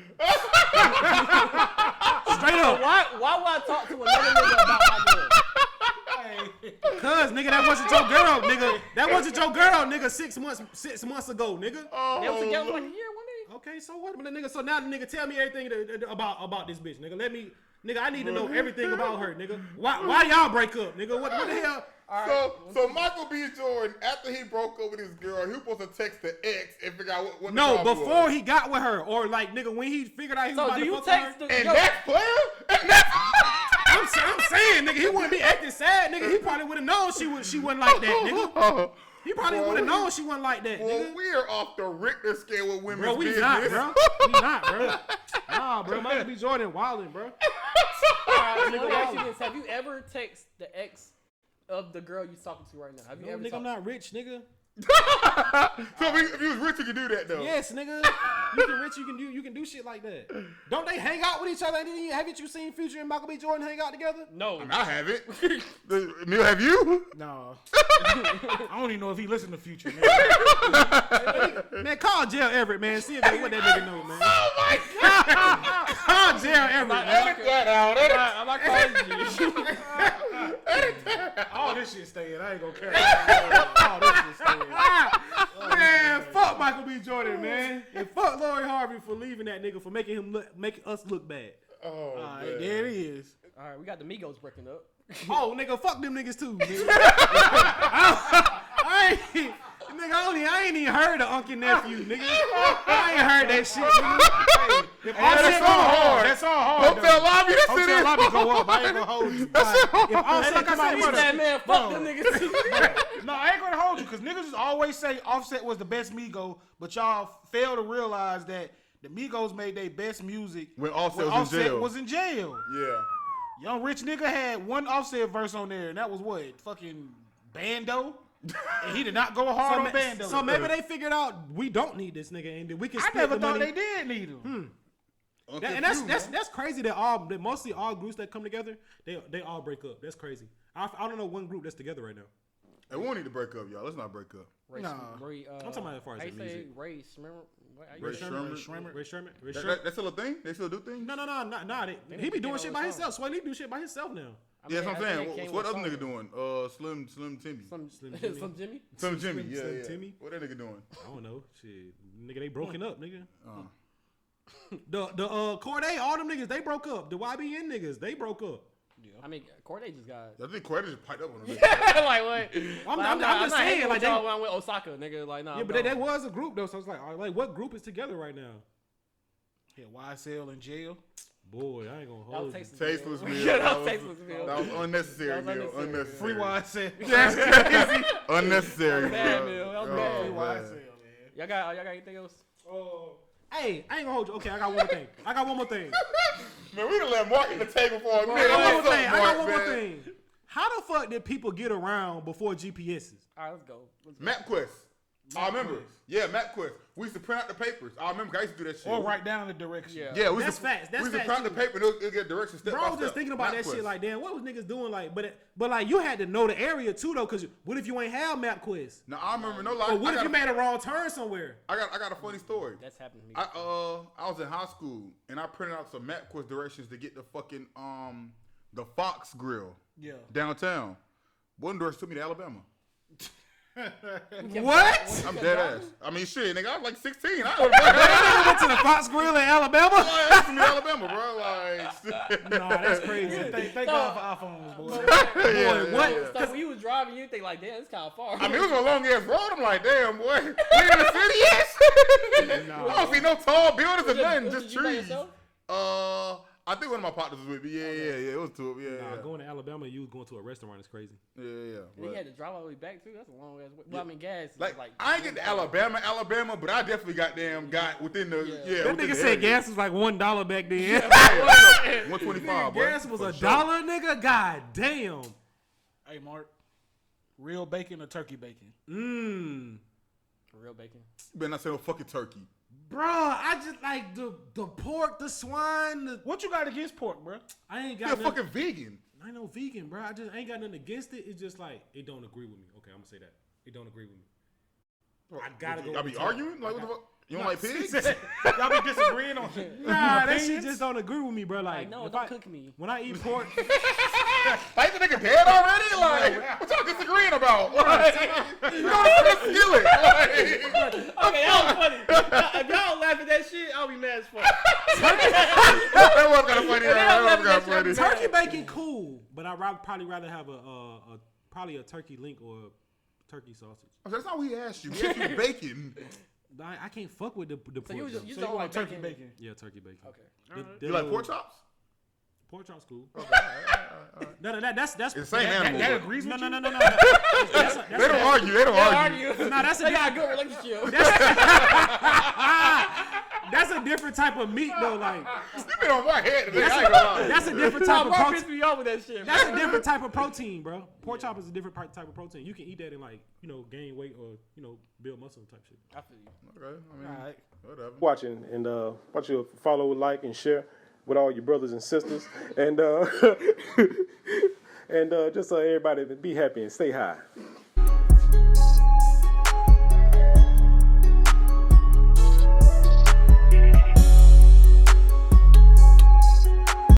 S1: Straight up,
S2: Why why would I talk to another nigga about my girl?
S1: cuz nigga, that wasn't your girl, nigga. That wasn't your girl, nigga. Six months six months ago, nigga.
S2: They was together like a year,
S3: Oh,
S2: wasn't
S1: Okay, so what, but nigga? So now the nigga tell me everything that- that- about about this bitch, nigga. Let me, nigga. I need to know everything about her, nigga. Why why y'all break up, nigga? What what the hell?
S3: so, so Michael B. Jordan, after he broke up with his girl, he was supposed to text the ex and figure out what, what
S1: No,
S3: the problem
S1: before
S3: was.
S1: he got with her, or like nigga when he figured out he was
S2: So
S1: about
S2: do
S1: to
S2: you
S1: fuck with her.
S2: text the
S3: And
S2: yo,
S3: that player? And [LAUGHS] that
S1: I'm, sa- I'm saying, nigga, he wouldn't be acting sad, nigga. He probably would have known she was she wasn't like that, nigga.
S3: nigga.
S1: He probably
S3: Well,
S1: would have
S3: we-
S1: known she wasn't like that,
S3: Well,
S1: nigga.
S3: we are off the Richter scale with women's
S1: Bro, we
S3: business.
S1: not, bro. We not, bro. Nah, bro. Michael B. Jordan wilding, bro.
S2: alright, let me ask you this. Have you ever text the ex of the girl you talking to right now? Have you
S1: No,
S2: ever
S1: nigga, I'm
S2: talked-
S1: not rich, nigga.
S3: So if, if you was rich, you could do that though.
S1: Yes, nigga. You can rich, you can do, you can do shit like that. Don't they hang out with each other? Didn't you- Haven't you seen Future and Michael B. Jordan hang out together?
S2: No.
S3: I have it. Neil, have you?
S4: No. [LAUGHS] I don't even know if he listened to Future.
S1: [LAUGHS]
S4: Man.
S1: Man, call Jail Everett, man. See if they, what that nigga know, man.
S3: Oh my
S1: Call Jail Everett, man.
S3: god! Edit that out. Edit,
S2: I'm not
S1: [LAUGHS]
S2: calling you.
S4: [LAUGHS] All this shit staying. I ain't gonna care. All this shit
S1: [LAUGHS]
S4: staying.
S1: man, [LAUGHS] fuck Michael B. Jordan, man, and fuck Lori Harvey for leaving that nigga for making him look, making us look bad.
S3: oh,
S4: All right,
S3: man.
S4: there it is.
S2: Alright, we got the Migos breaking up.
S1: Oh, nigga, fuck them niggas too. [LAUGHS] Nigga. I, ain't, nigga, I only I ain't even heard of Uncle Nephew, nigga. I ain't heard that shit. Nigga. Hey, if all
S4: [LAUGHS] That's
S1: shit
S4: all
S1: go-
S4: hard. That's all hard.
S3: Hotel lobby. That's
S4: Hotel
S3: it.
S4: lobby go up. I ain't gonna hold you. [LAUGHS]
S1: if all shit
S4: Come on,
S1: go-
S4: brother.
S2: that man, fuck them niggas.
S4: No, I ain't gonna hold you because niggas just always say Offset was the best Migo, but y'all fail to realize that the Migos made their best music
S3: When Offset was in jail.
S4: was in jail.
S3: [LAUGHS] Yeah.
S4: Young Rich nigga had one Offset verse on there, and that was what fucking Bando. and he did not go hard on Bando.
S1: so maybe they figured out we don't need this nigga, and that we can.
S4: I
S1: Split
S4: never
S1: the
S4: thought they
S1: money.
S4: did need him.
S3: Hmm.
S1: That- and that's that's that's crazy that all that mostly all groups that come together they they all break up. That's crazy. I, I don't know one group that's together right now.
S3: Hey, we don't need to break up, y'all. Let's not break up.
S2: Ray,
S4: Nah.
S2: Ray, uh,
S1: talking about as far as
S2: how you
S1: the
S2: say
S1: music.
S2: Ray Shrimmer. What, how you
S3: Ray
S2: say-
S3: Sherman.
S1: Ray Sherman. Ray
S3: That,
S1: Sherman.
S3: that- that's still a thing. They still do things.
S1: No, no, no, no, no. They, he be
S2: they
S1: doing
S2: all
S1: shit
S2: the
S1: by
S2: time.
S1: himself. Sway Lee do shit by himself now.
S2: I
S3: yeah,
S2: mean, I
S3: that's what
S2: think
S3: I'm saying.
S2: it
S3: What,
S2: came
S3: what
S2: with
S3: other nigga
S2: song.
S3: doing? Uh, Slim, Slim Timmy.
S2: Some,
S3: Slim,
S1: Slim Jimmy.
S2: some Jimmy.
S3: Jimmy. yeah,
S1: Slim
S3: yeah.
S1: Timmy?
S3: What that nigga doing?
S1: I don't know. Shit, nigga, they broken up, nigga. The the uh Corday, all them niggas, they broke up. The YBN niggas, they broke up.
S2: I mean, Corday just got.
S3: I think Cordy just piped up on him.
S2: like what?
S1: I'm
S2: Like,
S1: just
S2: not- not
S1: saying,
S2: hanging
S1: like,
S2: with y'all
S1: they-
S2: when I'm with Osaka, nigga. Like, nah.
S1: Yeah, but
S2: no.
S1: that, that was a group though, so I was like, all right, like what group is together right now?
S4: Yeah, YSL in jail.
S1: Boy, I ain't gonna
S2: That was
S1: hold you.
S2: tasteless. [LAUGHS]
S3: Tasteless meal.
S2: Yeah, that
S3: That
S2: was
S3: was-
S2: tasteless meal.
S3: That was unnecessary,
S2: That was
S3: meal.
S2: unnecessary.
S3: Unnecessary.
S4: Free YSL.
S3: That's crazy. unnecessary.
S2: Bad
S3: bro.
S2: meal. That was
S3: Oh,
S2: bad.
S3: man.
S2: Y'all got, y'all got anything else?
S1: Hey, I ain't gonna hold you. Okay, I got one more thing. I got one more thing.
S3: Man, we done let Mark in the table for a minute.
S1: I got
S3: What's
S1: one more
S3: up,
S1: thing. I got
S3: Mark,
S1: one more
S3: man?
S1: thing. How the fuck did people get around before GPSs?
S2: All right, let's go. Let's go.
S3: MapQuest. I remember. Yeah, MapQuest. We used to print out the papers. I remember. I used to do that shit.
S4: Or write down the direction.
S2: Yeah.
S3: Yeah, we
S1: That's
S3: used to,
S1: facts. That's
S3: we used to
S1: facts,
S3: print out the
S1: too.
S3: paper and it'll, it'll get directions step
S1: Bro,
S3: by
S1: I was just
S3: step.
S1: thinking about that
S3: MapQuest.
S1: shit. Like, damn, what was niggas doing? Like, but but like you had to know the area too though, cause what if you ain't have MapQuest?
S3: Now I remember. No lie.
S1: Or Oh,
S3: I,
S1: what if
S3: got
S1: you
S3: a-
S1: made a wrong turn somewhere?
S3: I got. I got a funny story.
S2: That's happened to me.
S3: I uh I was in high school and I printed out some MapQuest directions to get the fucking um the Fox Grill
S4: Yeah.
S3: downtown. One direction took me to Alabama.
S1: What?
S3: I'm dead ass. I mean, shit, nigga, I was like 16. I was like,
S1: I went to the Fox Grill in Alabama.
S3: that's me, Alabama, bro. Like, [LAUGHS]
S1: [LAUGHS] Nah, that's crazy.
S4: Thank, thank God for iPhones, boy.
S3: yeah, yeah,
S1: what?
S3: yeah.
S2: So when you was driving, you think like, damn, it's kind of far.
S3: I mean,
S2: [LAUGHS]
S3: it was a long ass road. I'm like, damn, boy. [LAUGHS] We in the city, yes. I don't see no tall buildings or
S2: Was it-
S3: nothing,
S2: was it
S3: just
S2: you by
S3: trees.
S2: yourself?
S3: Uh, I think one of my partners was with me. Yeah, yeah, yeah. It was two of 'em. Yeah,
S1: Nah,
S3: yeah.
S1: going to Alabama, you was going to a restaurant is crazy.
S3: yeah, yeah, yeah.
S2: And he
S3: But-
S2: had to drive all the way back too. That's a long ass. Way. Well, I mean, gas. is
S3: Like,
S2: like
S3: I ain't get to Alabama, Alabama, but I definitely got damn got within the yeah.
S2: Yeah.
S3: yeah
S1: That
S3: within
S1: nigga
S3: the
S1: said
S3: area. [LAUGHS]
S1: gas was like one dollar back then. [LAUGHS]
S3: One twenty
S1: Nigga,
S3: five.
S1: gas was a dollar, nigga. God damn.
S4: Hey, Mark. Real bacon or turkey bacon?
S1: Mmm.
S2: real bacon.
S3: Better not say no fucking turkey.
S1: Bro, I just like the the pork, the swine. The,
S4: What you got against pork, bro?
S1: I ain't
S3: You're a
S1: got nothing.
S3: fucking vegan.
S1: I ain't no vegan, bro. I just ain't got nothing against it. It's just like it don't agree with me. Okay, I'm gonna say that it don't agree with me. I gotta go
S3: I
S1: with
S3: be
S1: the
S3: arguing like what the fuck? You don't like [LAUGHS] pigs?
S4: Y'all be disagreeing on
S1: Nah,
S2: [LAUGHS]
S1: that shit
S4: opinions?
S1: just don't agree with me, bro. Like,
S2: Like, no,
S1: if
S2: don't
S1: I-
S2: cook me.
S1: When I
S2: [LAUGHS]
S1: eat pork,
S3: Like the nigga dead already? Like what y'all disagreeing about? Like, [LAUGHS] you don't even feel it. Like, [LAUGHS]
S2: Okay, that was funny. if y'all laugh at that shit, I'll be mad as fuck.
S3: that was kind of funny. That
S2: I'm
S3: was
S2: laughing at
S3: kind of
S2: you.
S3: funny.
S1: turkey bacon cool, but I would probably rather have a, uh a probably a turkey link or a turkey sausage.
S3: I said, That's not what he asked you. He asked you bacon.
S1: I, I can't fuck with the the
S2: So
S1: pork.
S2: you was
S1: though.
S2: just you
S4: So you
S2: don't
S4: want
S2: like
S4: turkey bacon?
S1: yeah, turkey bacon.
S2: Okay.
S1: The- the
S3: You like
S1: little-
S3: pork [LAUGHS] chops?
S1: Pork chops cool.
S3: Okay, all right, all right, all right.
S1: No, no, that, that's that's
S3: It's the same
S1: that- [LAUGHS]
S3: animal.
S1: that-
S3: but-
S1: agrees with No, no, no, no, no. That's- that's-
S3: They don't argue. They don't
S2: How
S3: argue.
S2: you?
S1: [LAUGHS]
S2: [LAUGHS]
S1: Nah, that's a
S2: they got a good
S1: different-
S2: relationship.
S1: That's a different type of meat though. Like
S3: You been on my head today. I ain't gonna
S2: [LAUGHS]
S3: lie.
S1: that's a different type
S2: Tom
S1: of
S2: Mark
S1: protein.
S2: pissed me off with that shit.
S1: That's a
S2: bro.
S1: different type of protein, bro. Pork chop is a different part- type of protein. You can eat that and like you know gain weight or you know build muscle type shit.
S2: I feel you.
S3: Okay, I mean, whatever.
S6: watching and uh, want you to follow, like, and share with all your brothers and uh, sisters, [LAUGHS]
S1: [LAUGHS]
S6: and uh, and uh, just so everybody be happy and stay high.